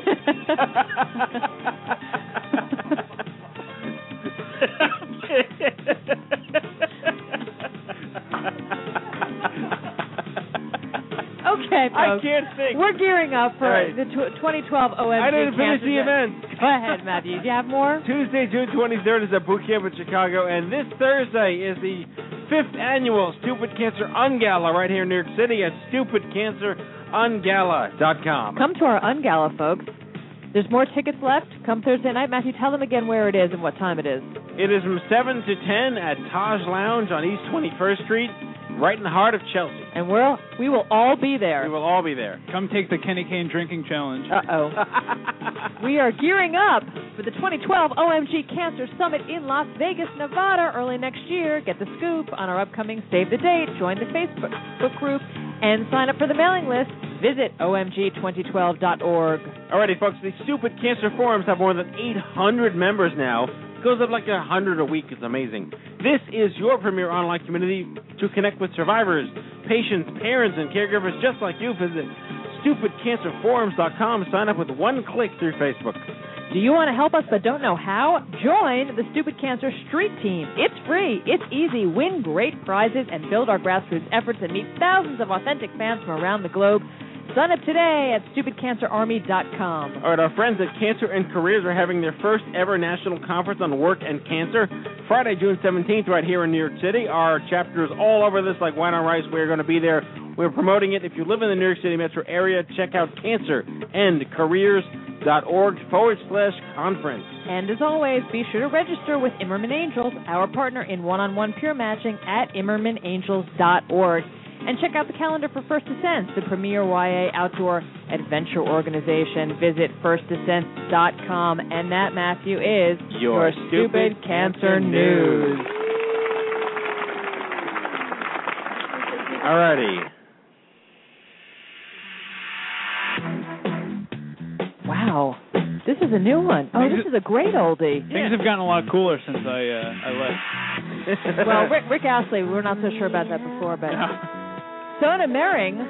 H: Okay,
G: I
H: folks.
G: can't think.
H: We're gearing up for
G: All right.
H: the tw- 2012 OMG.
G: I didn't finish the
H: Cancer Day.
G: event.
H: Go ahead, Matthew. Do you have more?
G: Tuesday, June 23rd is at Boot Camp in Chicago, and this Thursday is the fifth annual Stupid Cancer Ungala right here in New York City at stupidcancerungala.com.
H: Come to our Ungala, folks. There's more tickets left. Come Thursday night. Matthew, tell them again where it is and what time it is.
G: It is from 7 to 10 at Taj Lounge on East 21st Street, right in the heart of Chelsea.
H: And we'll, we will all be there.
G: We will all be there.
I: *laughs* Come take the Kenny Kane drinking challenge.
H: Uh oh. we are gearing up for the 2012 OMG Cancer Summit in Las Vegas, Nevada, early next year. Get the scoop on our upcoming Save the Date. Join the Facebook book group and sign up for the mailing list. Visit omg2012.org.
G: Alrighty, folks, the Stupid Cancer Forums have more than 800 members now. Goes up like 100 a week. It's amazing. This is your premier online community to connect with survivors, patients, parents, and caregivers just like you. Visit stupidcancerforums.com. Sign up with one click through Facebook.
H: Do you want to help us but don't know how? Join the Stupid Cancer Street Team. It's free, it's easy. Win great prizes and build our grassroots efforts and meet thousands of authentic fans from around the globe. Sign up today at stupidcancerarmy.com.
G: All right, our friends at Cancer and Careers are having their first ever national conference on work and cancer. Friday, June 17th, right here in New York City. Our chapter is all over this, like Wine on Rice. We're going to be there. We're promoting it. If you live in the New York City metro area, check out cancerandcareers.org forward slash conference.
H: And as always, be sure to register with Immerman Angels, our partner in one on one peer matching at immermanangels.org. And check out the calendar for First Ascent, the premier YA outdoor adventure organization. Visit firstdescent.com. And that, Matthew, is
G: Your Stupid Cancer News. All righty.
H: Wow. This is a new one. Oh, this is a
G: *laughs*
H: great oldie.
I: Things have gotten a lot cooler since I uh, I left.
H: well, Rick, Rick Astley, we were not so sure about that before, but Sona Mering,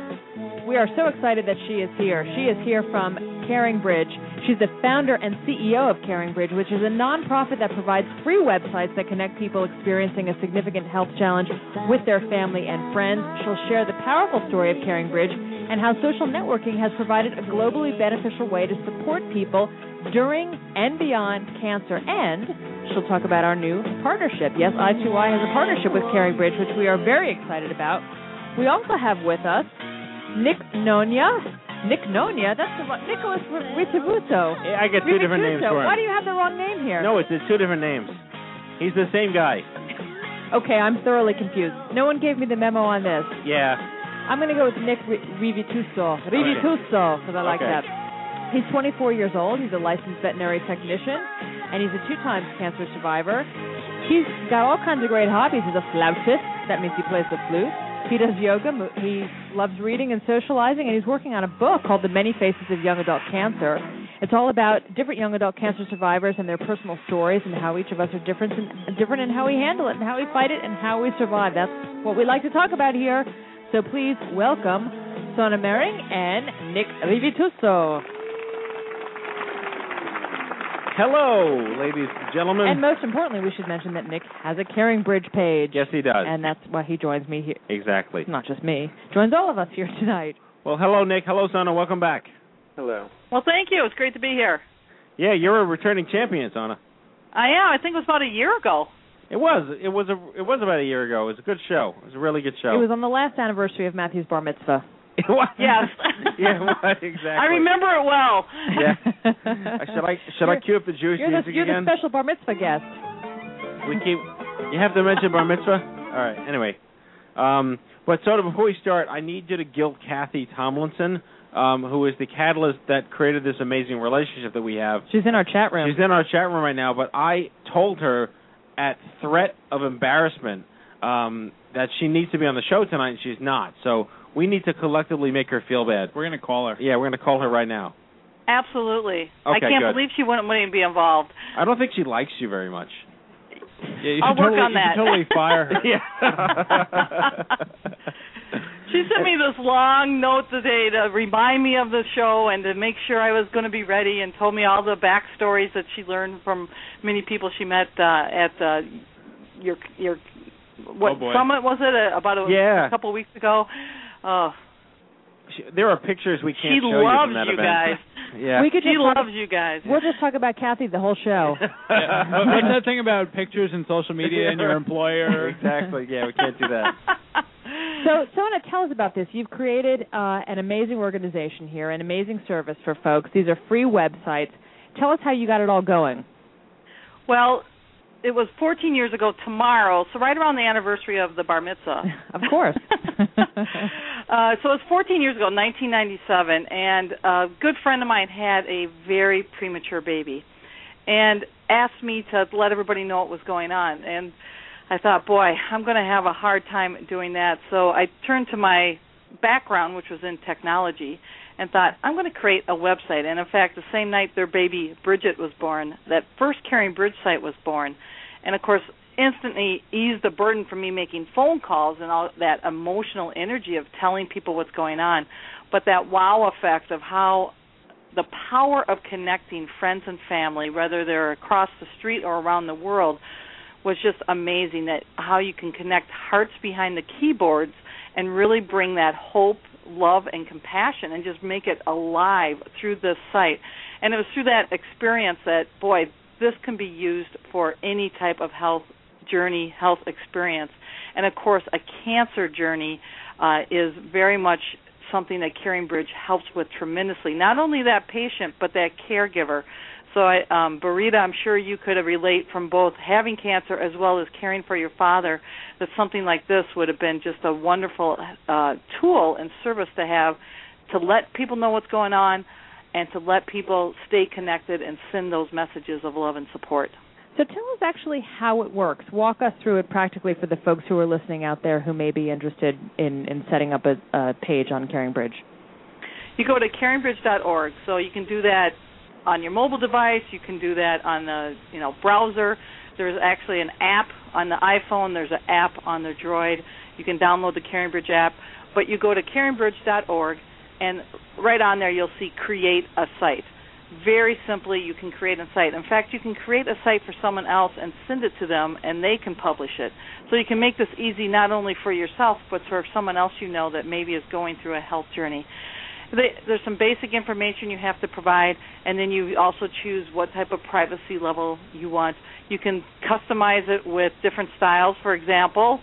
H: we are so excited that she is here. She is here from Caring Bridge. She's the founder and CEO of Caring Bridge, which is a nonprofit that provides free websites that connect people experiencing a significant health challenge with their family and friends. She'll share the powerful story of Caring Bridge and how social networking has provided a globally beneficial way to support people during and beyond cancer. And she'll talk about our new partnership. Yes, I2I has a partnership with Caring Bridge, which we are very excited about. We also have with us Nick Nonia. Nick Nonia? That's the one. Nicholas R- Rittibuto.
G: I get two different names for him.
H: Why do you have the wrong name here?
G: No, it's it's two different names. He's the same guy.
H: Okay, I'm thoroughly confused. No one gave me the memo on this.
G: Yeah.
H: I'm going to go with Nick Ri- Rivituso. Rivituso, because I like
G: Okay.
H: that. He's 24 years old. He's a licensed veterinary technician, and he's a two-time cancer survivor. He's got all kinds of great hobbies. He's a flautist. That means he plays the flute. He does yoga. mo- He loves reading and socializing, and he's working on a book called The Many Faces of Young Adult Cancer. It's all about different young adult cancer survivors and their personal stories, and how each of us are different and different, and how we handle it, and how we fight it, and how we survive. That's what we like to talk about here. So please welcome Sona Mering and Nick Rivituso.
G: Hello, ladies and gentlemen.
H: And most importantly, we should mention that Nick has a Caring Bridge page.
G: yes, he does.
H: And that's why he joins me here.
G: exactly.
H: Not just me. Joins all of us here tonight.
G: Well, hello, Nick. Hello, Sona. Welcome back. Hello.
N: Well, thank you. It's great to be here.
G: Yeah, you're a returning champion, Sona.
N: I am. Uh, I think it was about a year
D: *laughs*
N: ago.
G: It was. It was a. It was about a year ago. It was a good show. It was a really good show.
H: It was on the last anniversary of Matthew's bar mitzvah.
G: *laughs* It was.
N: *laughs* Yes.
G: *laughs* yeah. It was, exactly.
N: I remember it well. *laughs*
G: Yeah. Uh, Should I should I
H: You're-
G: cue up the Jewish
H: You're, the,
G: music
H: you're the
G: again?
H: special bar mitzvah guest.
G: We keep. You have to mention bar mitzvah. All right. Anyway, um, but Soda, before we start, I need you to gild Kathy Tomlinson, um, who is the catalyst that created this amazing relationship that we have.
H: She's in our chat room.
G: She's in our chat room right now, but I told her at threat of embarrassment um, that she needs to be on the show tonight, and she's not. So we need to collectively make her feel bad.
I: We're gonna call her.
G: Yeah, we're gonna call her right now.
N: Absolutely. I
G: Okay,
N: can't
G: good.
N: believe she wouldn't, wouldn't even be involved.
G: I don't think she likes you very
H: *laughs*
G: much. *laughs*
I: Yeah, you
N: I'll
I: should
N: work
I: totally,
N: on
I: you should
N: that.
I: totally fire her.
G: yeah.
N: She sent me this long note today to remind me of the show and to make sure I was going to be ready, and told me all the backstories that she learned from many people
D: *laughs*
N: she met uh, at uh, your your what
G: Oh, boy.
N: summit was it uh, about a,
G: Yeah.
N: a couple of weeks ago? Uh,
G: She- there are pictures we can't
N: she
G: show you from
N: loves
G: that
N: you
G: event.
N: guys.
G: *laughs* Yeah.
H: We could
N: she
H: just talk-
N: loves you guys.
H: We'll just talk about Kathy the whole
N: *laughs*
H: show.
I: Yeah. What- Uh, What's that thing about pictures and social media and
G: *laughs*
I: your employer?
G: exactly. Yeah, we can't do that.
H: So, Sona, tell us about this. You've created uh, an amazing organization here, an amazing service for folks. These are free websites. Tell us how you got it all going.
N: Well, it was 14 years ago tomorrow, so right around the anniversary of the bar mitzvah.
H: *laughs* Of course.
N: Uh, so it was 14 years ago, 1997, and a good friend of mine had a very premature baby, and asked me to let everybody know what was going on. And I thought, boy, I'm going to have a hard time doing that. So I turned to my *laughs* background, which was in technology, and thought, I'm going to create a website. And in fact, the same night their baby Bridget was born, that first Caring Bridge site was born, and of course instantly eased the burden from me making phone calls and all that emotional energy of telling people what's going on but that wow effect of how the power of connecting friends and family whether they're across the street or around the world was just amazing that how you can connect hearts behind the keyboards and really bring that hope love and compassion and just make it alive through this site and it was through that experience that boy this can be used for any type of health journey health experience and of course a cancer journey uh, is very much something that caring bridge helps with tremendously not only that patient but that caregiver so I, um, Barita, I'm sure you could relate from both having cancer as well as caring for your father. That something like this would have been just a wonderful uh, tool and service to have to let people know what's going on and to let people stay connected and send those messages of love and support.
H: So tell us actually how it works. Walk us through it practically for the folks who are listening out there who may be interested in, in setting up a, a page on Caring Bridge.
N: You go to caringbridge.org, so you can do that on your mobile device. You can do that on the you know browser. There's actually an app on the iPhone. There's an app on the Droid. You can download the Caring Bridge app. But you go to caringbridge.org,
I: and right on there you'll see create a site. Very simply, you can create a site. In fact, you can create a site for someone else and send it to them, and they can publish it. So you can make this easy not only for yourself, but for someone else you know that maybe is going through a health journey. They, there's some basic information you have to provide, and then you also choose what type of privacy level you want. You can customize it with different styles. For example,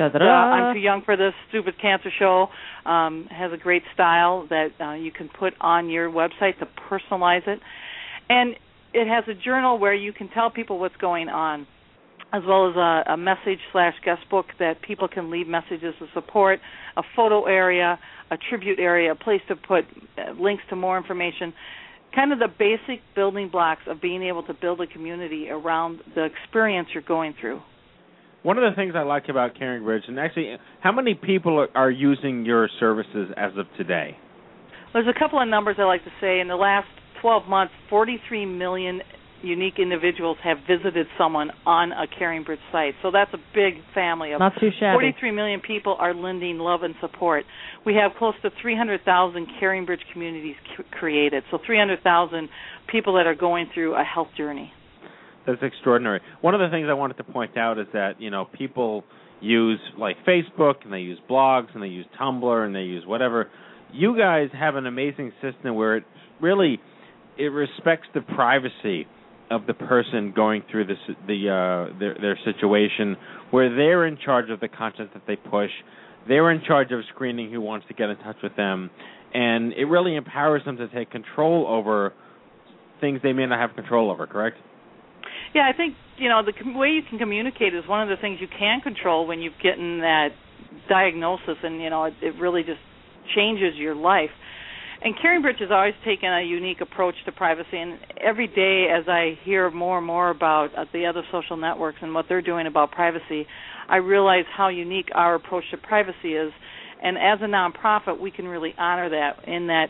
I: uh, I'm too young for this stupid cancer show. Um, has a great style that uh, you can put on your website to personalize it, and it has a journal where you can tell people what's going on, as well as a, a message slash guest book that people can leave messages of support, a photo area, a tribute area, a place to put uh, links to more information. Kind of the basic building blocks of being able to build a community around the experience you're going through.
G: One of the things I like about Caring Bridge, and actually, how many people are- are using your services as of today?
I: There's a couple of numbers I like to say. In the last 12 months, 43 million unique individuals have visited someone on a Caring Bridge site. So that's a big family of
H: Not too shabby.
I: 43 million people are lending love and support. We have close to 300,000 Caring Bridge communities c- created. So 300,000 people that are going through a health journey.
G: That's extraordinary. One of the things I wanted to point out is that you know people use like Facebook and they use blogs and they use Tumblr and they use whatever. You guys have an amazing system where it really it respects the privacy of the person going through this the uh their their situation where they're in charge of the content that they push. They're in charge of screening who wants to get in touch with them and it really empowers them to take control over things they may not have control over, correct?
I: Yeah, I think you know the com- way you can communicate is one of the things you can control when you've gotten that diagnosis, and you know it, it really just changes your life. And Caring Bridge has always taken a unique approach to privacy, and every day as I hear more and more about uh, the other social networks and what they're doing about privacy, I realize how unique our approach to privacy is. And as a nonprofit, we can really honor that in that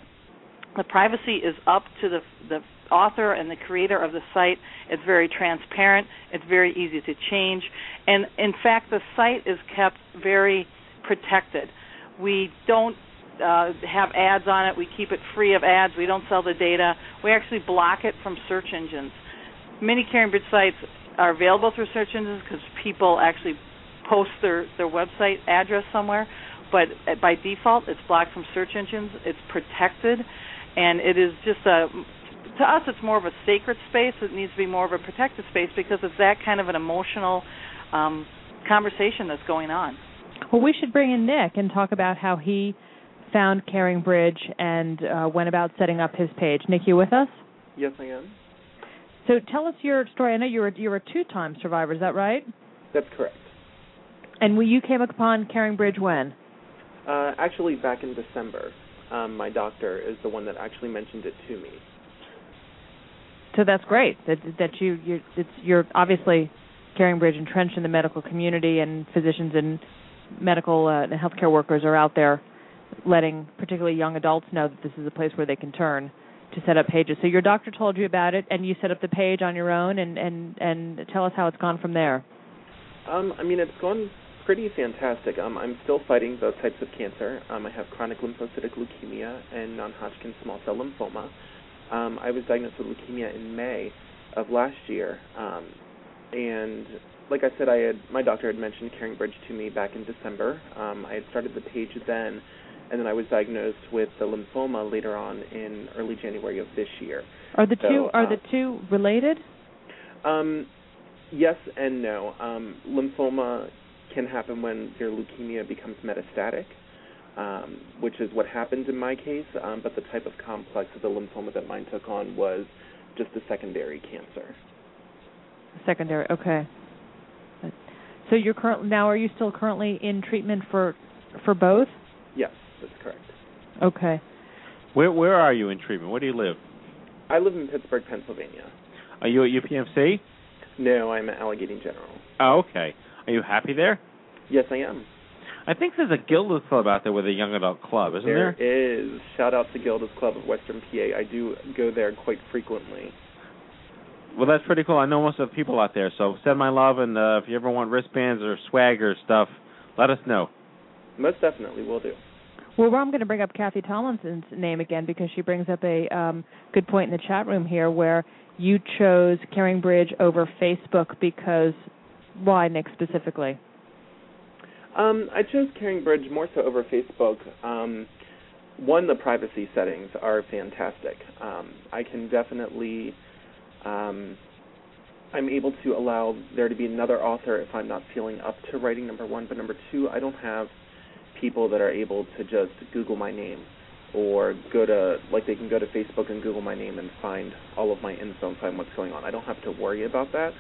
I: the privacy is up to the the author and the creator of the site. It's very transparent. It's very easy to change, and in fact, the site is kept very protected. We don't uh, have ads on it. We keep it free of ads. We don't sell the data. We actually block it from search engines. Many Caring Bridge sites are available through search engines because people actually post their their website address somewhere. But uh, by default, it's blocked from search engines. It's protected, and it is just a to us it's more of a sacred space it needs to be more of a protected space because it's that kind of an emotional um conversation that's going on
H: Well, we should bring in Nick and talk about how he found Caring Bridge and uh, went about setting up his page. Nick, you with us?
O: Yes, I am.
H: So tell us your story. I know you're you're a two-time survivor. Is that right?
O: That's correct.
H: And we, you came upon Caring Bridge when?
O: Uh, actually, back in December, um, my doctor is the one that actually mentioned it to me.
H: So that's great that that you you it's you're obviously Caring Bridge entrenched in the medical community and physicians and medical uh, and healthcare workers are out there letting particularly young adults know that this is a place where they can turn to set up pages. So your doctor told you about it and you set up the page on your own and and and tell us how it's gone from there.
O: Um, I mean, it's gone pretty fantastic. Um, I'm still fighting both types of cancer. Um, I have chronic lymphocytic leukemia and non-Hodgkin small cell lymphoma. Um, I was diagnosed with leukemia in May of last year, um, and like I said, I had my doctor had mentioned Caring Bridge to me back in December. Um, I had started the page then, and then I was diagnosed with the lymphoma later on in early January of this year.
H: Are the
O: So,
H: two are
O: uh,
H: the two related?
O: Um, yes and no. Um, lymphoma can happen when your leukemia becomes metastatic, um, which is what happened in my case. Um, but the type of complex of the lymphoma that mine took on was just a secondary cancer.
H: Secondary. Okay. So you're currently now are you still currently in treatment for for both?
O: Yes, that's correct.
H: Okay.
G: Where where are you in treatment? Where do you live?
O: I live in Pittsburgh, Pennsylvania.
G: Are you at UPMC?
O: No, I'm at Allegheny General.
G: Oh, okay. Are you happy there?
O: Yes, I am.
G: I think there's a Gilda's Club out there with a young adult club, isn't there?
O: There is. Shout out to Gilda's Club of Western PA. I do go there quite frequently.
G: Well, that's pretty cool. I know most of the people out there, so send my love. And uh, if you ever want wristbands or swag or stuff, let us know.
O: Most definitely will do.
H: Well, I'm going to bring up Kathy Tomlinson's name again because she brings up a um, good point in the chat room here where you chose Caring Bridge over Facebook because why, Nick, specifically?
O: Um, I chose Caring Bridge more so over Facebook. Um, one, the privacy settings are fantastic. Um, I can definitely, um, I'm able to allow there to be another author if I'm not feeling up to writing number one. But number two, I don't have people that are able to just Google my name or go to like they can go to Facebook and Google my name and find all of my info and find what's going on. I don't have to worry about that.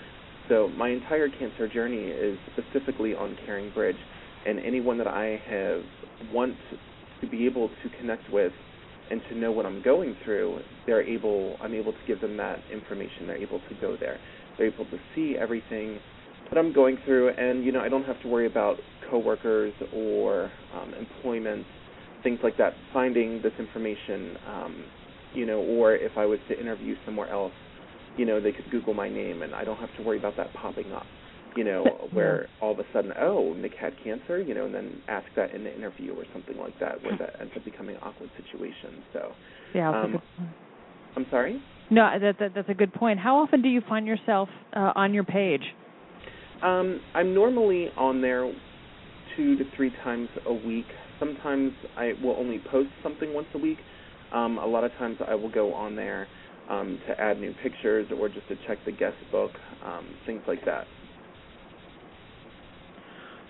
O: So my entire cancer journey is specifically on Caring Bridge, and anyone that I have want to be able to connect with and to know what I'm going through, they're able. I'm able to give them that information. They're able to go there. They're able to see everything that I'm going through, and you know I don't have to worry about coworkers or um, employment things like that. Finding this information, um, you know, or if I was to interview somewhere else, you know, they could Google my name, and I don't have to worry about that popping up. You know, where all of a sudden, oh, Nick had cancer, you know, and then ask that in the interview or something like that, where that ends up becoming an awkward situation. So,
H: Yeah, that's a
O: um,
H: good point.
O: I'm sorry.
H: no, that, that, that's a good point. How often do you find yourself uh, on your page?
O: Um, I'm normally on there two to three times a week. Sometimes I will only post something once a week. Um, a lot of times I will go on there um, to add new pictures or just to check the guest book, um, things like that.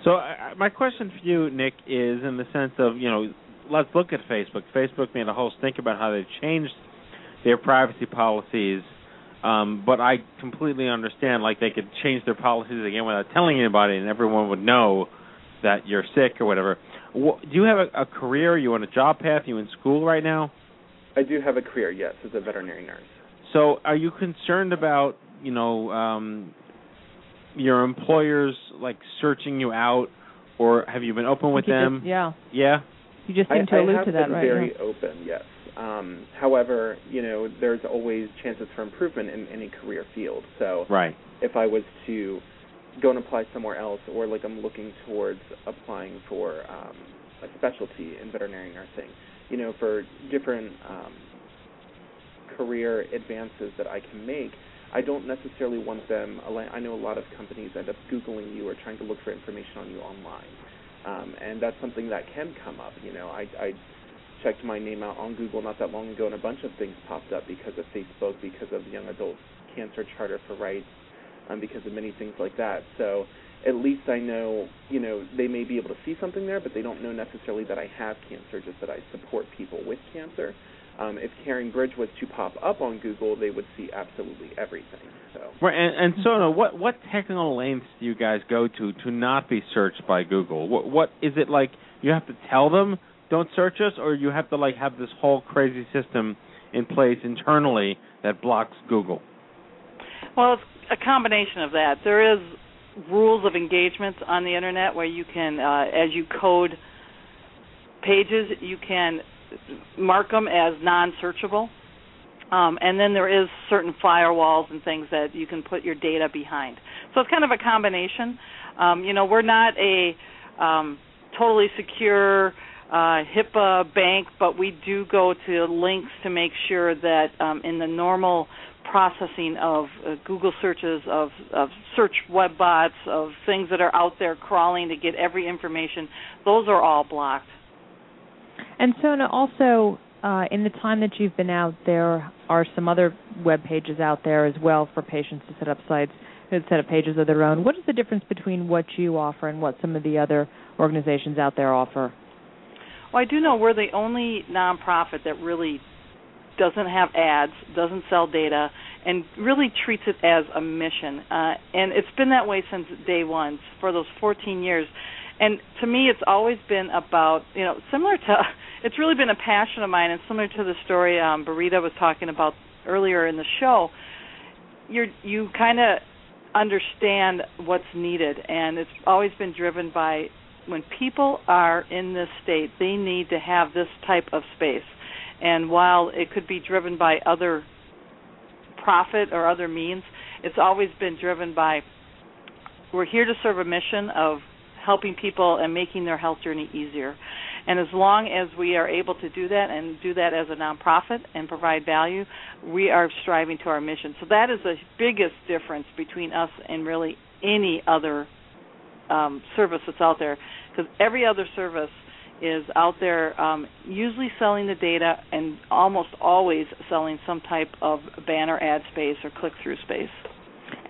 G: So I I- my question for you, Nick, is in the sense of you know, let's look at Facebook. Facebook made a whole stink about how they changed their privacy policies, um, but I completely understand like they could change their policies again without telling anybody, and everyone would know that you're sick or whatever. Wha do you have a, a career? Are you on a job path? Are you in school right now?
O: I do have a career, yes, as a veterinary nurse.
G: So are you concerned about you know um, your employers like searching you out, or have you been open with
H: You just-
G: them?
H: yeah.
G: Yeah.
H: You just seem
O: I,
H: to
O: I
H: allude
O: have
H: to that
O: been
H: right
O: very
H: now.
O: open, yes. Um, however, you know, there's always chances for improvement in any career field. So
G: Right.
O: if I was to go and apply somewhere else, or like I'm looking towards applying for um, a specialty in veterinary nursing, you know, for different um, career advances that I can make, I don't necessarily want them. I know a lot of companies end up Googling you or trying to look for information on you online, um, and that's something that can come up. You know, I, I checked my name out on Google not that long ago, and a bunch of things popped up because of Facebook, because of Young Adult Cancer Charter for Rights, um, because of many things like that. So at least I know, you know, they may be able to see something there, but they don't know necessarily that I have cancer, just that I support people with cancer. Um, if Caring Bridge was to pop up on Google, they would see absolutely everything. So
G: Right, and, and so now, what what technical lengths do you guys go to to not be searched by Google? What what is it like? You have to tell them don't search us, or you have to like have this whole crazy system in place internally that blocks Google.
I: Well, it's a combination of that. There is rules of engagement on the internet where you can, uh, as you code pages, you can mark them as non-searchable, um, and then there is certain firewalls and things that you can put your data behind. So it's kind of a combination. Um, you know, we're not a um, totally secure uh, HIPAA bank, but we do go to links to make sure that um, in the normal processing of uh, Google searches, of, of search web bots, of things that are out there crawling to get every information, those are all blocked.
H: And Sona, also uh, in the time that you've been out, there are some other web pages out there as well for patients to set up sites, to set up pages of their own. What is the difference between what you offer and what some of the other organizations out there offer?
I: Well, I do know we're the only nonprofit that really doesn't have ads, doesn't sell data, and really treats it as a mission. Uh, and it's been that way since day one, for those 14 years. And to me, it's always been about, you know, similar to, *laughs* it's really been a passion of mine, and similar to the story um, Barita was talking about earlier in the show. You're, you kind of understand what's needed, and it's always been driven by when people are in this state, they need to have this type of space. And while it could be driven by other profit or other means, it's always been driven by we're here to serve a mission of helping people and making their health journey easier.
N: And as long as we are able to do that and do that as a nonprofit and provide value, we are striving to our mission. So that is the biggest difference between us and really any other um, service that's out there, because every other service is out there um, usually selling the data and almost always selling some type of banner ad space or click through space.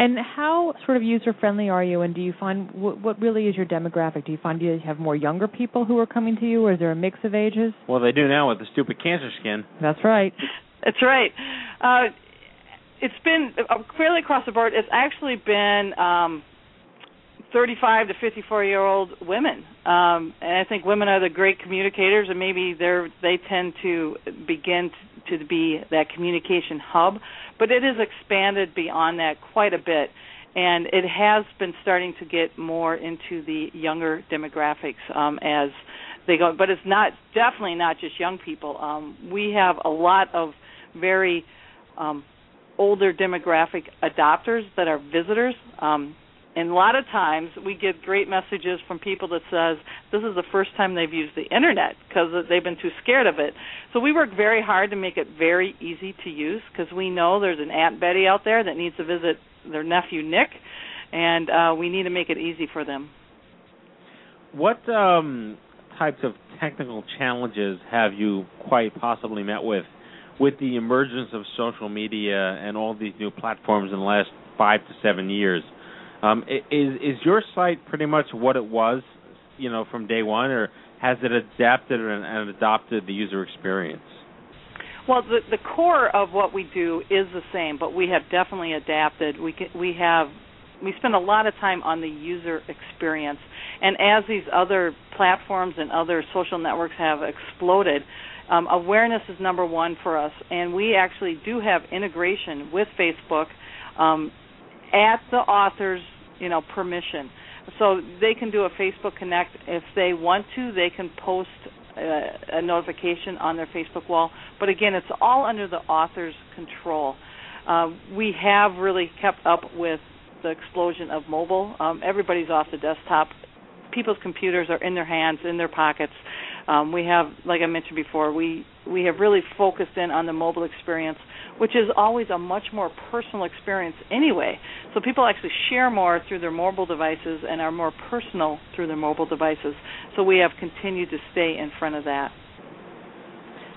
K: And how sort of user friendly are you? And do you find what, what really is your demographic? Do you find you have more younger people who are coming to you, or is there a mix of ages?
G: Well, they do now with the stupid cancer skin.
K: That's right.
N: That's right. Uh, it's been uh, fairly across the board. It's actually been um, 35 to 54 year old women, um, and I think women are the great communicators, and maybe they're they tend to begin to, to be that communication hub. But it has expanded beyond that quite a bit, and it has been starting to get more into the younger demographics um, as they go. But it's not definitely not just young people. Um, we have a lot of very um, older demographic adopters that are visitors. Um, and a lot of times we get great messages from people that says this is the first time they've used the internet because they've been too scared of it. So we work very hard to make it very easy to use because we know there's an Aunt Betty out there that needs to visit their nephew Nick, and uh, we need to make it easy for them.
G: What um, types of technical challenges have you quite possibly met with with the emergence of social media and all these new platforms in the last five to seven years? Um, is is your site pretty much what it was, you know, from day one, or has it adapted and, and adopted the user experience?
N: Well, the the core of what we do is the same, but we have definitely adapted. We can, we have we spend a lot of time on the user experience, and as these other platforms and other social networks have exploded. Um, awareness is number one for us, and we actually do have integration with Facebook um, at the author's you know permission so they can do a facebook connect if they want to they can post uh, a, a notification on their facebook wall but again it's all under the author's control uh, we have really kept up with the explosion of mobile um, everybody's off the desktop people's computers are in their hands in their pockets um, we have like i mentioned before we we have really focused in on the mobile experience which is always a much more personal experience anyway. So people actually share more through their mobile devices and are more personal through their mobile devices. So we have continued to stay in front of that.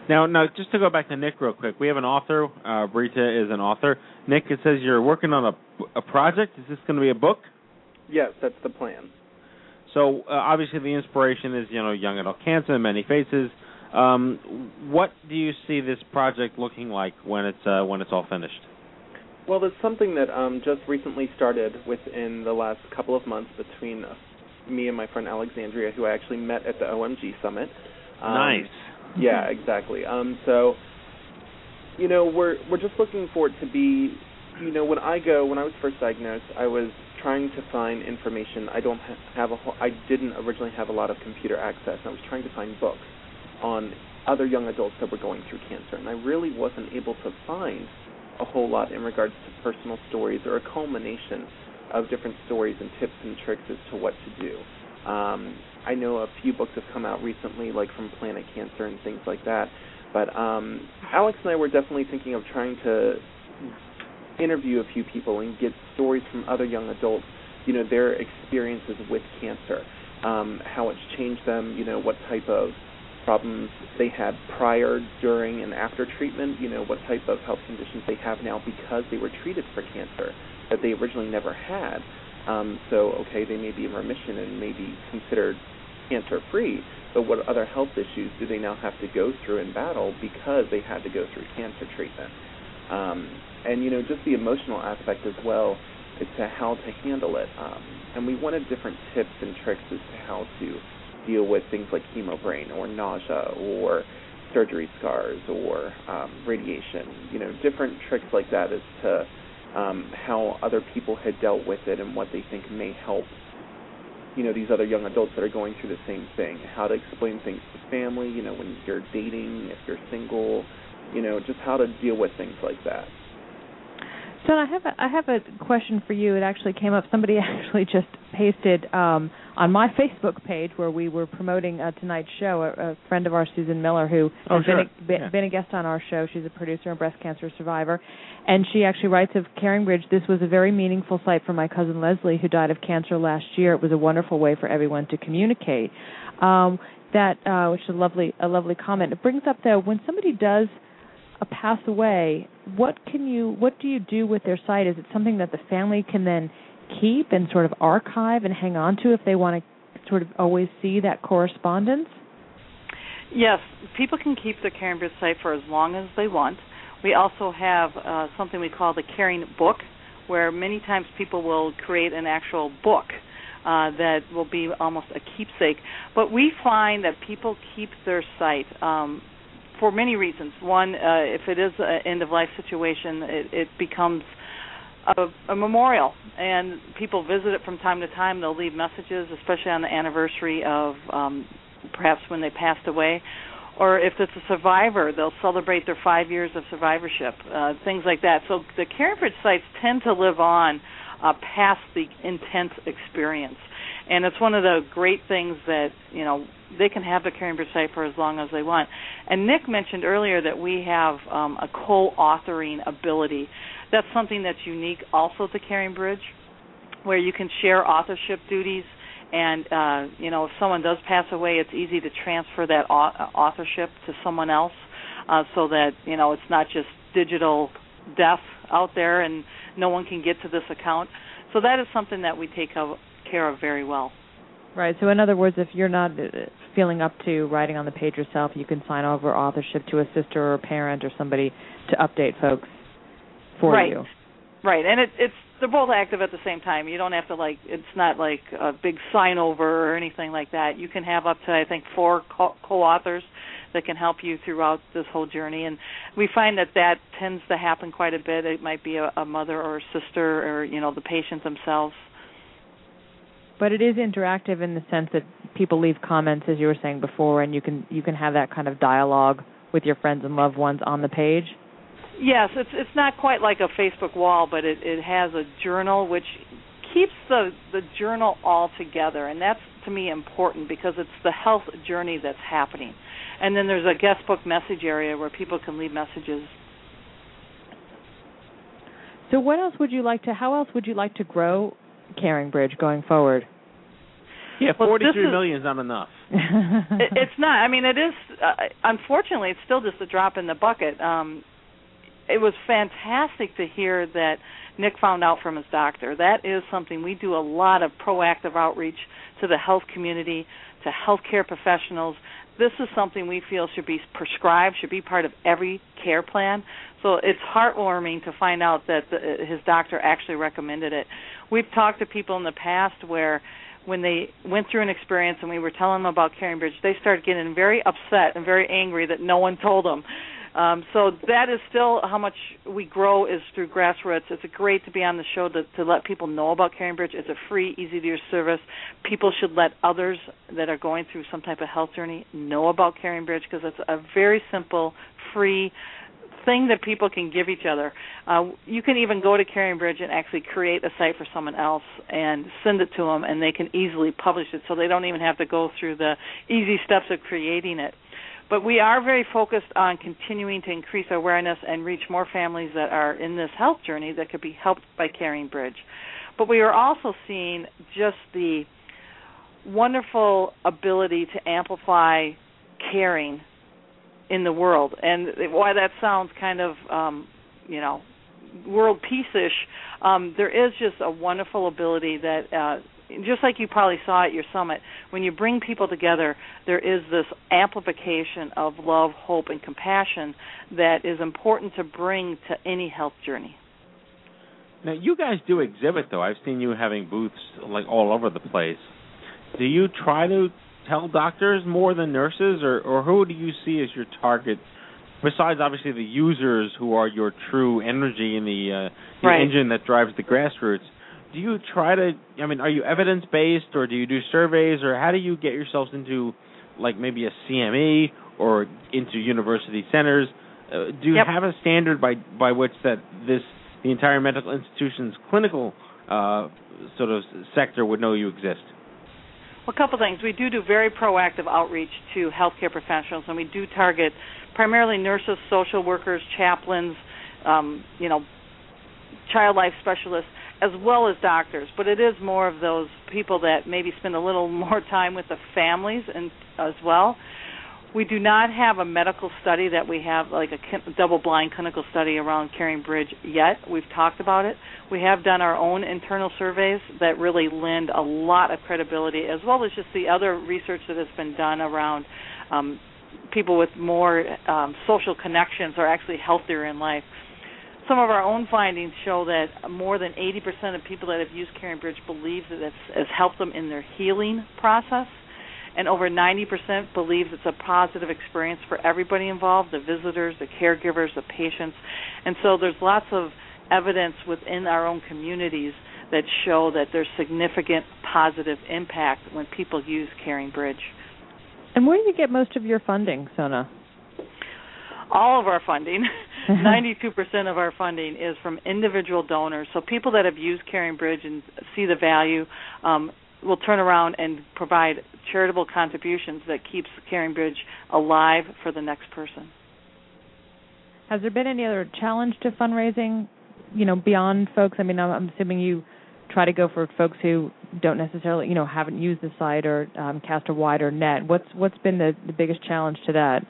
G: Now, now, just to go back to Nick real quick, we have an author. Uh, Brita is an author. Nick, it says you're working on a, a project. Is this going to be a book?
O: Yes, that's the plan.
G: So uh, obviously, the inspiration is you know young adult cancer, many faces. Um, what do you see this project looking like when it's uh, when it's all finished?
O: Well, it's something that um, just recently started within the last couple of months between me and my friend Alexandria, who I actually met at the OMG summit.
G: Um, nice.
O: Yeah, exactly. Um, so, you know, we're we're just looking for it to be, you know, when I go when I was first diagnosed, I was trying to find information. I don't have a whole, I didn't originally have a lot of computer access. I was trying to find books on other young adults that were going through cancer, and I really wasn't able to find a whole lot in regards to personal stories or a culmination of different stories and tips and tricks as to what to do. Um, I know a few books have come out recently, like from Planet Cancer and things like that, but um, Alex and I were definitely thinking of trying to interview a few people and get stories from other young adults, you know, their experiences with cancer, um, how it's changed them, you know, what type of problems they had prior, during, and after treatment, you know, what type of health conditions they have now because they were treated for cancer that they originally never had. Um, so, okay, they may be in remission and may be considered cancer free, but what other health issues do they now have to go through and battle because they had to go through cancer treatment? Um, and, you know, just the emotional aspect as well as to how to handle it. Um, and we wanted different tips and tricks as to how to deal with things like chemo brain or nausea or surgery scars or um, radiation. You know, different tricks like that as to um, how other people had dealt with it and what they think may help. You know, these other young adults that are going through the same thing. How to explain things to family. You know, when you're dating, if you're single. You know, just how to deal with things like that.
H: *laughs*
K: John, I have a, I have a question for you. It actually came up. Somebody actually just
H: pasted um, on my Facebook page where we were promoting uh, tonight's show. A, a friend of ours, Susan Miller, who
P: Oh,
H: has
P: sure.
H: been, a, be,
P: Yeah.
H: been a guest on our show. She's a producer and breast cancer survivor, and she actually writes of Caring Bridge. This was a very meaningful site for my cousin Leslie, who died of cancer last year. It was a wonderful way for everyone to communicate. Um, that uh, which is a lovely a lovely comment. It brings up though when somebody does a pass away, what can you what do you do with their site? Is it something that the family can then keep and sort of archive and hang on to if they want to sort of always see that correspondence?
N: Yes, people can keep the Caring Bridge site for as long as they want. We also have uh, something we call the Caring Book, where many times people will create an actual book uh, that will be almost a keepsake. But we find that people keep their site um, for many reasons. One, uh, if it is an end of life situation, it, it becomes a, a memorial, and people visit it from time to time. They'll leave messages, especially on the anniversary of um, perhaps when they passed away, or if it's a survivor, they'll celebrate their five years of survivorship, uh, things like that. So the Carebridge sites tend to live on uh, past the intense experience, and it's one of the great things that you know they can have the Carebridge site for as long as they want. And Nick mentioned earlier that we have um, a co-authoring ability. That's something that's unique also to Caring Bridge, where you can share authorship duties and uh, you know if someone does pass away, it's easy to transfer that au- authorship to someone else, uh, so that you know it's not just digital death out there and no one can get to this account. So that is something that we take of, care of very well.
H: Right. So in other words, if you're not uh, feeling up to writing on the page yourself, you can sign over authorship to a sister or a parent or somebody to update folks for
N: Right.
H: you.
N: Right, and it, it's they're both active at the same time. You don't have to like it's not like a big sign over or anything like that. You can have up to I think four co- co-authors that can help you throughout this whole journey, and we find that that tends to happen quite a bit. It might be a, a mother or a sister or you know the patient themselves.
H: But it is interactive in the sense that people leave comments, as you were saying before, and you can you can have that kind of dialogue with your friends and loved ones on the page.
N: Yes, it's it's not quite like a Facebook wall, but it it has a journal which keeps the the journal all together, and that's to me important because it's the health journey that's happening. And then there's a guest book message area where people can leave messages.
H: So what else would you like to? How else would you like to grow Caring Bridge going forward?
G: Yeah,
H: Well,
G: forty
H: this
G: three
H: is-
G: million is not enough.
N: it, it's not. I mean, it is. Uh, unfortunately, it's still just a drop in the bucket. Um, it was fantastic to hear that Nick found out from his doctor. That is something we do a lot of proactive outreach to the health community, to healthcare professionals. This is something we feel should be prescribed, should be part of every care plan. So it's heartwarming to find out that the, his doctor actually recommended it. We've talked to people in the past where when they went through an experience and we were telling them about Caring Bridge, they started getting very upset and very angry that no one told them. Um, so that is still how much we grow is through grassroots. It's great to be on the show to, to let people know about Caring Bridge. It's a free, easy to use service. People should let others that are going through some type of health journey know about Caring Bridge because it's a very simple, free thing that people can give each other. Uh, you can even go to Caring Bridge and actually create a site for someone else and send it to them, and they can easily publish it, so they don't even have to go through the easy steps of creating it. But we are very focused on continuing to increase awareness and reach more families that are in this health journey that could be helped by Caring Bridge. But we are also seeing just the wonderful ability to amplify caring in the world. And why that sounds kind of, um, you know, world peace-ish, um, there is just a wonderful ability that, uh, just like you probably saw at your summit, when you bring people together, there is this amplification of love, hope, and compassion that is important to bring to any health journey.
G: Now you guys do exhibit though. I've seen you having booths like all over the place. Do you try to tell doctors more than nurses or or who do you see as your target besides obviously the users who are your true energy and the uh the
N: Right.
G: engine that drives the grassroots? Do you try to I mean are you evidence based or do you do surveys or how do you get yourselves into like maybe a CME or into university centers? Uh, do you
N: Yep.
G: have a standard by by which that this the entire medical institution's clinical uh, sort of sector would know you exist?
H: Well, a couple things. We do do very proactive outreach to healthcare professionals, and we do target primarily nurses, social workers, chaplains, um, you know, child life specialists, as well as doctors. But it is more of those people that maybe spend a little more time with the families and as well. We do not have a medical study that we have like a kin- double-blind clinical study around Caring Bridge yet. We've talked about it. We have done our own internal surveys that really lend a lot of credibility, as well as just the other research that has been done around um, people with more um, social connections are actually healthier in life. Some of our own findings show that more than 80% of people that have used Caring Bridge believe that it's has helped them in their healing process, and over 90% believes it's a positive experience for everybody involved the visitors, the caregivers, the patients. And so there's lots of evidence within our own communities that show that there's significant positive impact when people use Caring Bridge.
Q: And where do you get most of your funding, Sona?
H: all of our
Q: *laughs*
H: funding, 92% of our funding is from individual donors. So people that have used Caring Bridge and see the value um, will turn around and provide charitable contributions that keeps Caring Bridge alive for the next person.
Q: Has there been any other challenge to fundraising, you know, beyond folks? I mean, I'm, I'm assuming you try to go for folks who don't necessarily, you know, haven't used the site or um, cast a wider net. What's what's been the, the biggest challenge to that?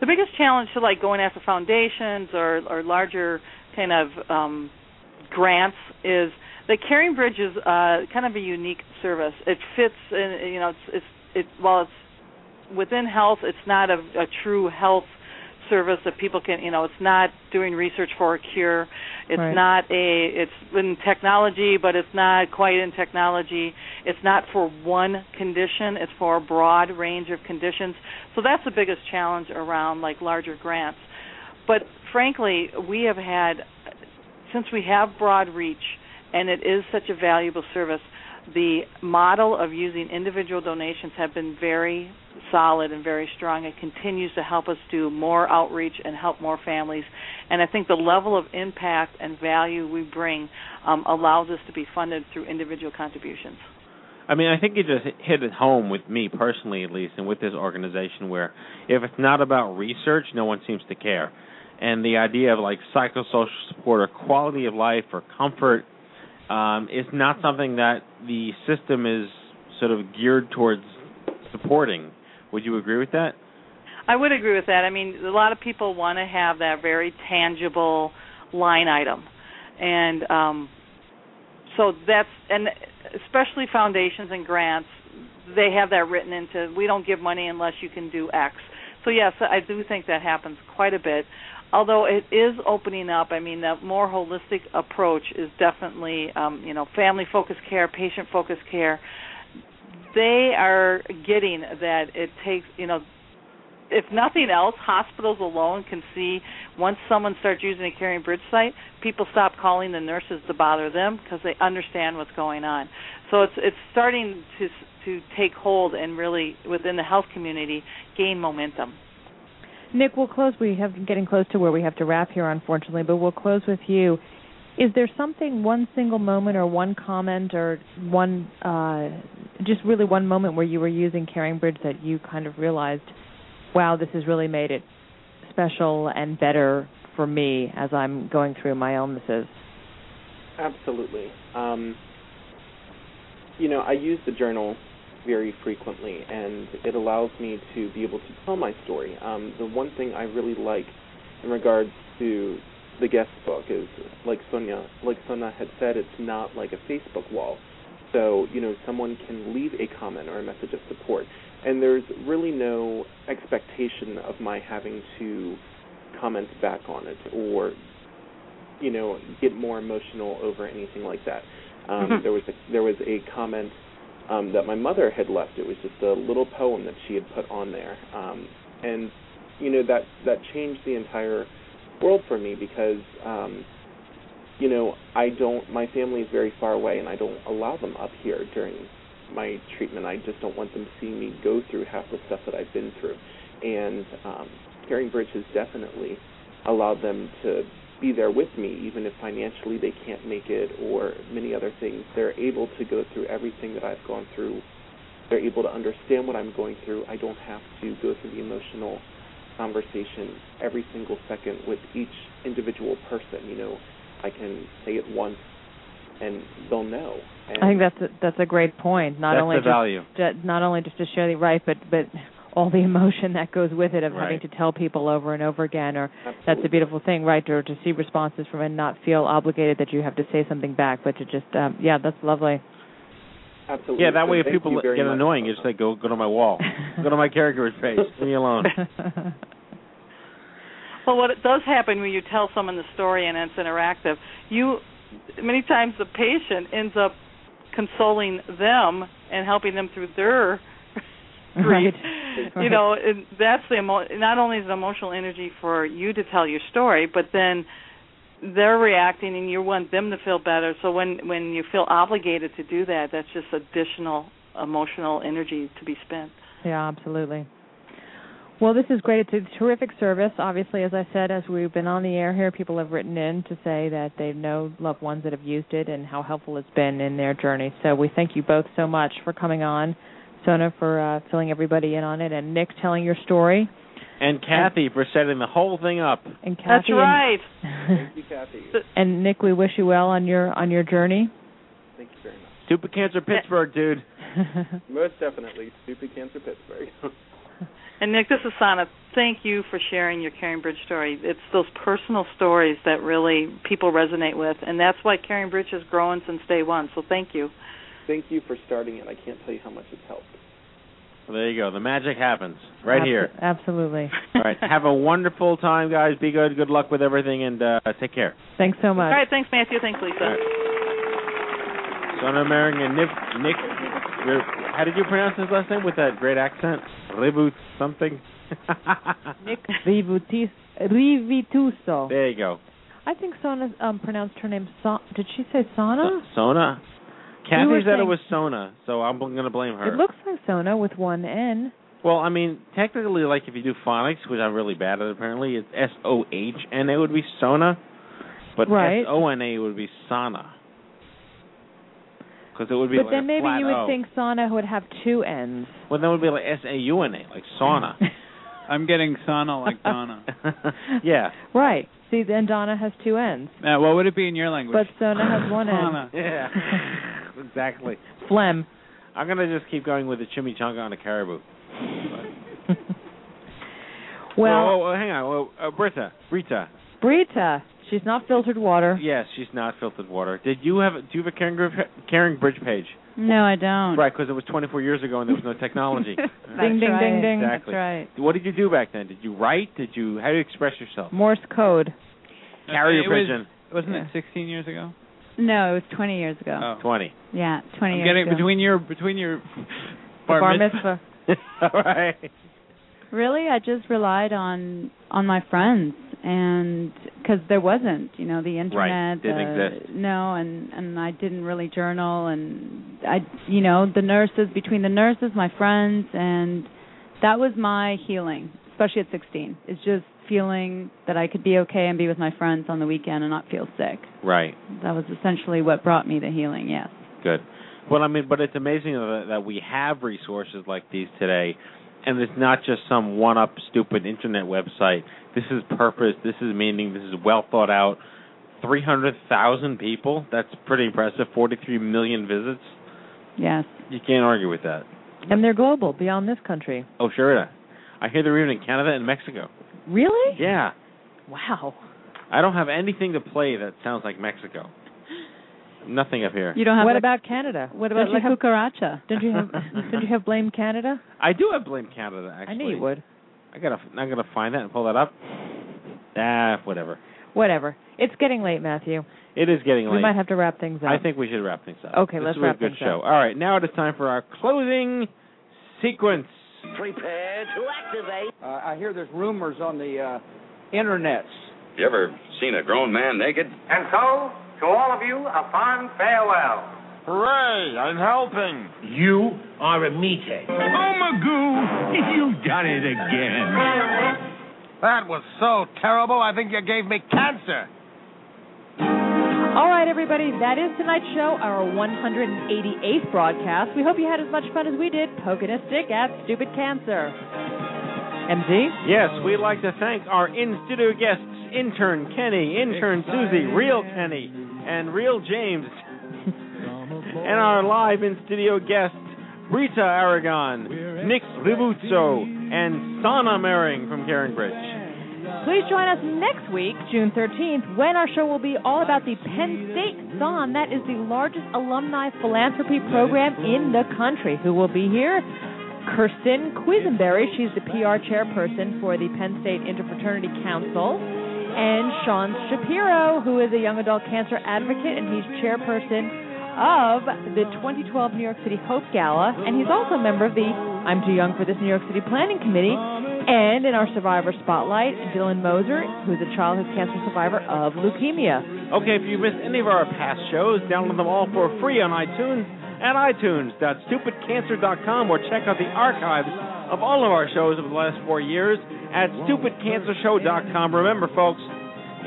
H: the biggest challenge to like going after foundations or or larger kind of um grants is that Caring Bridge is uh kind of a unique service. It fits in you know it's it's it while it's within health, it's not a, a true health service that people can you know it's not doing research for a cure it's
K: Right.
H: not a it's in technology but it's not quite in technology it's not for one condition it's for a broad range of conditions so that's the biggest challenge around like larger grants but frankly we have had since we have broad reach and it is such a valuable service the model of using individual donations have been very solid and very strong. It continues to help us do more outreach and help more families. And I think the level of impact and value we bring um, allows us to be funded through individual contributions.
G: I mean, I think you just hit it home with me personally, at least, and with this organization, where if it's not about research, no one seems to care. And the idea of like psychosocial support or quality of life or comfort um, is not something that the system is sort of geared towards supporting. Would you agree with that?
H: I would agree with that. I mean, a lot of people want to have that very tangible line item, and um, so that's and especially foundations and grants, they have that written into. We don't give money unless you can do X. So yes, I do think that happens quite a bit. Although it is opening up, I mean, the more holistic approach is definitely, um, you know, family-focused care, patient-focused care. They are getting that it takes, you know, if nothing else, hospitals alone can see once someone starts using a Caring Bridge site, people stop calling the nurses to bother them because they understand what's going on. So it's it's starting to to take hold and really within the health community gain momentum.
Q: Nick, we'll close. We have getting close to where we have to wrap here, unfortunately, but we'll close with you. Is there something, one single moment, or one comment, or one, uh, just really one moment where you were using Caring Bridge that you kind of realized, wow, this has really made it special and better for me as I'm going through my illnesses?
O: Absolutely. Um, you know, I use the journal very frequently, and it allows me to be able to tell my story. Um, the one thing I really like in regards to the guest book is, like Sonia, like Sonia had said, it's not like a Facebook wall. So you know, someone can leave a comment or a message of support, and there's really no expectation of my having to comment back on it or you know get more emotional over anything like that. Um,
R: Mhm.
O: there was a, there was a comment um, that my mother had left. It was just a little poem that she had put on there, um, and you know that that changed the entire world for me because um, you know I don't my family is very far away and I don't allow them up here during my treatment. I just don't want them to see me go through half the stuff that I've been through, and um, Caring Bridge has definitely allowed them to be there with me, even if financially they can't make it or many other things. They're able to go through everything that I've gone through. They're able to understand what I'm going through. I don't have to go through the emotional conversation every single second with each individual person. You know, I can say it once and they'll know. And
H: I think that's a, that's a great point. Not
G: That's
H: only
G: the
H: just,
G: value.
H: ju- not only just to share the right, but but all the emotion that goes with it of
G: Right.
H: having to tell people over and over again, or that's a
O: Absolutely.
H: beautiful thing, right? Or to see responses from it and not feel obligated that you have to say something back, but to just um, yeah, that's lovely. *laughs*
O: Absolutely.
G: Yeah, that way if
O: So thank
G: people
O: you very
G: get
O: much.
G: annoying, you just say, go go to my *laughs* wall. go to my character's *laughs* page. Leave me alone.
N: Well, what it does happen when you tell someone the story and it's interactive, you many times the patient ends up consoling them and helping them through their grief.
H: Right.
N: You know, and that's the emo- not only is it emotional energy for you to tell your story, but then they're reacting and you want them to feel better. So when when you feel obligated to do that, that's just additional emotional energy to be spent.
H: Yeah, absolutely. Well, this is great. It's a terrific service. Obviously, as I said, as we've been on the air here, people have written in to say that they know loved ones that have used it and how helpful it's been in their journey. So we thank you both so much for coming on, Sona for uh, filling everybody in on it, and Nick telling your story,
G: And Kathy for setting the whole thing up.
H: and Kathy.
N: That's
H: and-
N: right.
O: Thank you, Kathy.
H: *laughs* and Nick, we wish you well on your on your journey. *laughs*
O: Thank you very much.
G: Stupid Cancer Pittsburgh, dude.
O: Most definitely, Stupid Cancer Pittsburgh. *laughs*
N: And Nick, this is Sana. Thank you for sharing your Caring Bridge story. It's those personal stories that really people resonate with, and that's why Caring Bridge has grown since day one. So thank you.
O: Thank you for starting it. I can't tell you how much it's helped.
G: Well, there you go. The magic happens right
H: Abso-
G: here.
H: Absolutely.
G: *laughs* All right. Have a wonderful time, guys. Be good. Good luck with everything, and uh, take care.
H: *laughs* Thanks so
N: All
H: much.
N: right, thanks, Matthew. Thanks, Lisa.
G: All right. Sona Mering and Nick. uh, Nick Re- how did you pronounce his last name with that great accent? Reboot something. *laughs*
H: Nick Rivutis- Rivituso.
G: There you go.
H: I think Sona um, pronounced her name. Sa- Did she say Sana?
G: Sona.
H: You
G: Kathy
H: were
G: said it
H: saying-
G: was Sona, so I'm going to blame her.
H: It looks like Sona with one N.
G: well, I mean, technically, like if you do phonics, which I'm really bad at, apparently, it's S O H N A would be Sona, but
H: Right.
G: S O N A would be Sana. Because it would be
H: but
G: like
H: then
G: a
H: maybe
G: flat
H: you would
G: O.
H: think Sana would have two N's.
G: Well, that would be like S A U N A, like
H: *laughs*
G: sauna.
I: I'm getting sauna like Donna.
G: *laughs* yeah.
H: Right. See, then Donna has two N's.
I: Now, what would it be in your language?
H: But Sona has one N.
I: Sauna.
G: Yeah. exactly.
H: Phlegm.
G: I'm gonna just keep going with the chimichanga on a caribou. Whoa,
H: Well,
G: whoa, whoa, hang on, whoa, uh, Britta, Rita.
H: Brita. She's not filtered water.
G: Yes, she's not filtered water. Did you have? Do you have a Karen, Gr- Karen Bridge page?
L: No, I
I: Hmm.
L: don't.
G: Right, because it was 24 years ago and there was no
I: *laughs*
G: technology.
L: Ding, ding, ding, ding.
G: Exactly.
L: That's right.
G: What did you do back then? Did you write? Did you? How do you express yourself?
H: Morse code.
G: Carrier
I: it was-
G: pigeon.
I: Wasn't it 16 years ago? Oh.
L: No, it was 20 years
G: Oh.
L: ago.
G: 20.
L: Yeah, 20
I: I'm
L: years
I: getting
L: ago.
I: between your between your
L: The
I: bar,
L: bar
I: mitzvah.
L: mitzvah.
G: *laughs* All right.
L: Really, I just relied on on my friends, and because there wasn't, you know, the internet.
G: didn't
L: the-
G: exist.
L: No, and and I didn't really journal, and I, you know, the nurses between the nurses, my friends, and that was my healing, especially at 16. Is just feeling that I could be okay and be with my friends on the weekend and not feel sick.
G: Right.
L: That was essentially what brought me the healing. Yes.
G: Good. Well, I mean, but it's amazing that, that we have resources like these today, and it's not just some one-up stupid internet website. This is purpose. This is meaning. This is well thought out. Three hundred thousand people. That's pretty impressive. Forty-three million visits.
L: Yes.
G: You can't argue with that.
H: And they're global, beyond this country.
G: Oh, sure. yeah. I hear they're even in Canada and Mexico.
H: Really?
G: Yeah.
H: Wow.
G: I don't have anything to play that sounds like Mexico. Nothing up here.
L: You don't have.
H: What
L: like-
H: *laughs* about Canada?
L: What about
H: don't
L: La
H: you have,
L: Cucaracha?
H: don't you *laughs* have don't you have blame Canada?
G: I do have blame Canada. Actually,
H: I knew you would.
G: I gotta. I'm gonna find that and pull that up. Ah, whatever.
H: Whatever. It's getting late, Matthew.
G: It is getting
H: We
G: late.
H: might have to wrap things up.
G: I think we should wrap things up.
H: Okay,
G: This
H: let's
G: was
H: wrap
G: a good
H: things
G: show.
H: up.
G: All right, now it is time for our closing sequence.
S: Prepare to activate.
T: Uh, I hear there's rumors on the uh, internets.
U: You ever seen a grown man naked?
V: And so, to all of you, a fond farewell. Hooray, I'm helping. You are a meathead. Oh, Magoo, you've done it again. That was so terrible, I think you gave me cancer.
H: everybody. That is tonight's show, our 188th broadcast. We hope you had as much fun as we did poking a stick at stupid cancer. MD?
G: Yes, we'd like to thank our in studio guests, intern Kenny, intern Susie, real Kenny, and real James, and our live in studio guests, Rita Aragon, Nick Ribuzzo, and Sana Mering from Caring Bridge.
H: Please join us next week, June 13th, when our show will be all about the Penn State Thon. That is the largest alumni philanthropy program in the country. Who will be here? Kirsten Quisenberry. She's the PR chairperson for the Penn State Interfraternity Council. And Sean Shapiro, who is a young adult cancer advocate, and he's chairperson of the 2012 New York City Hope Gala. And he's also a member of the I'm Too Young for This New York City Planning Committee. And in our survivor spotlight, Dylan Moser, who's a childhood cancer survivor of leukemia.
G: Okay, if you missed any of our past shows, download them all for free on iTunes at itunes.stupidcancer.com or check out the archives of all of our shows over the last four years at stupidcancershow.com. Remember, folks,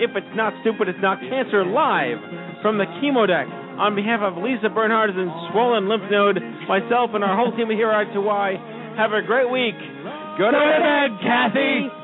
G: if it's not stupid, it's not cancer. Live from the chemo deck on behalf of Lisa Bernhards and Swollen Lymph Node, myself, and our whole team here at I2Y. Have a great week. Go to bed, Kathy.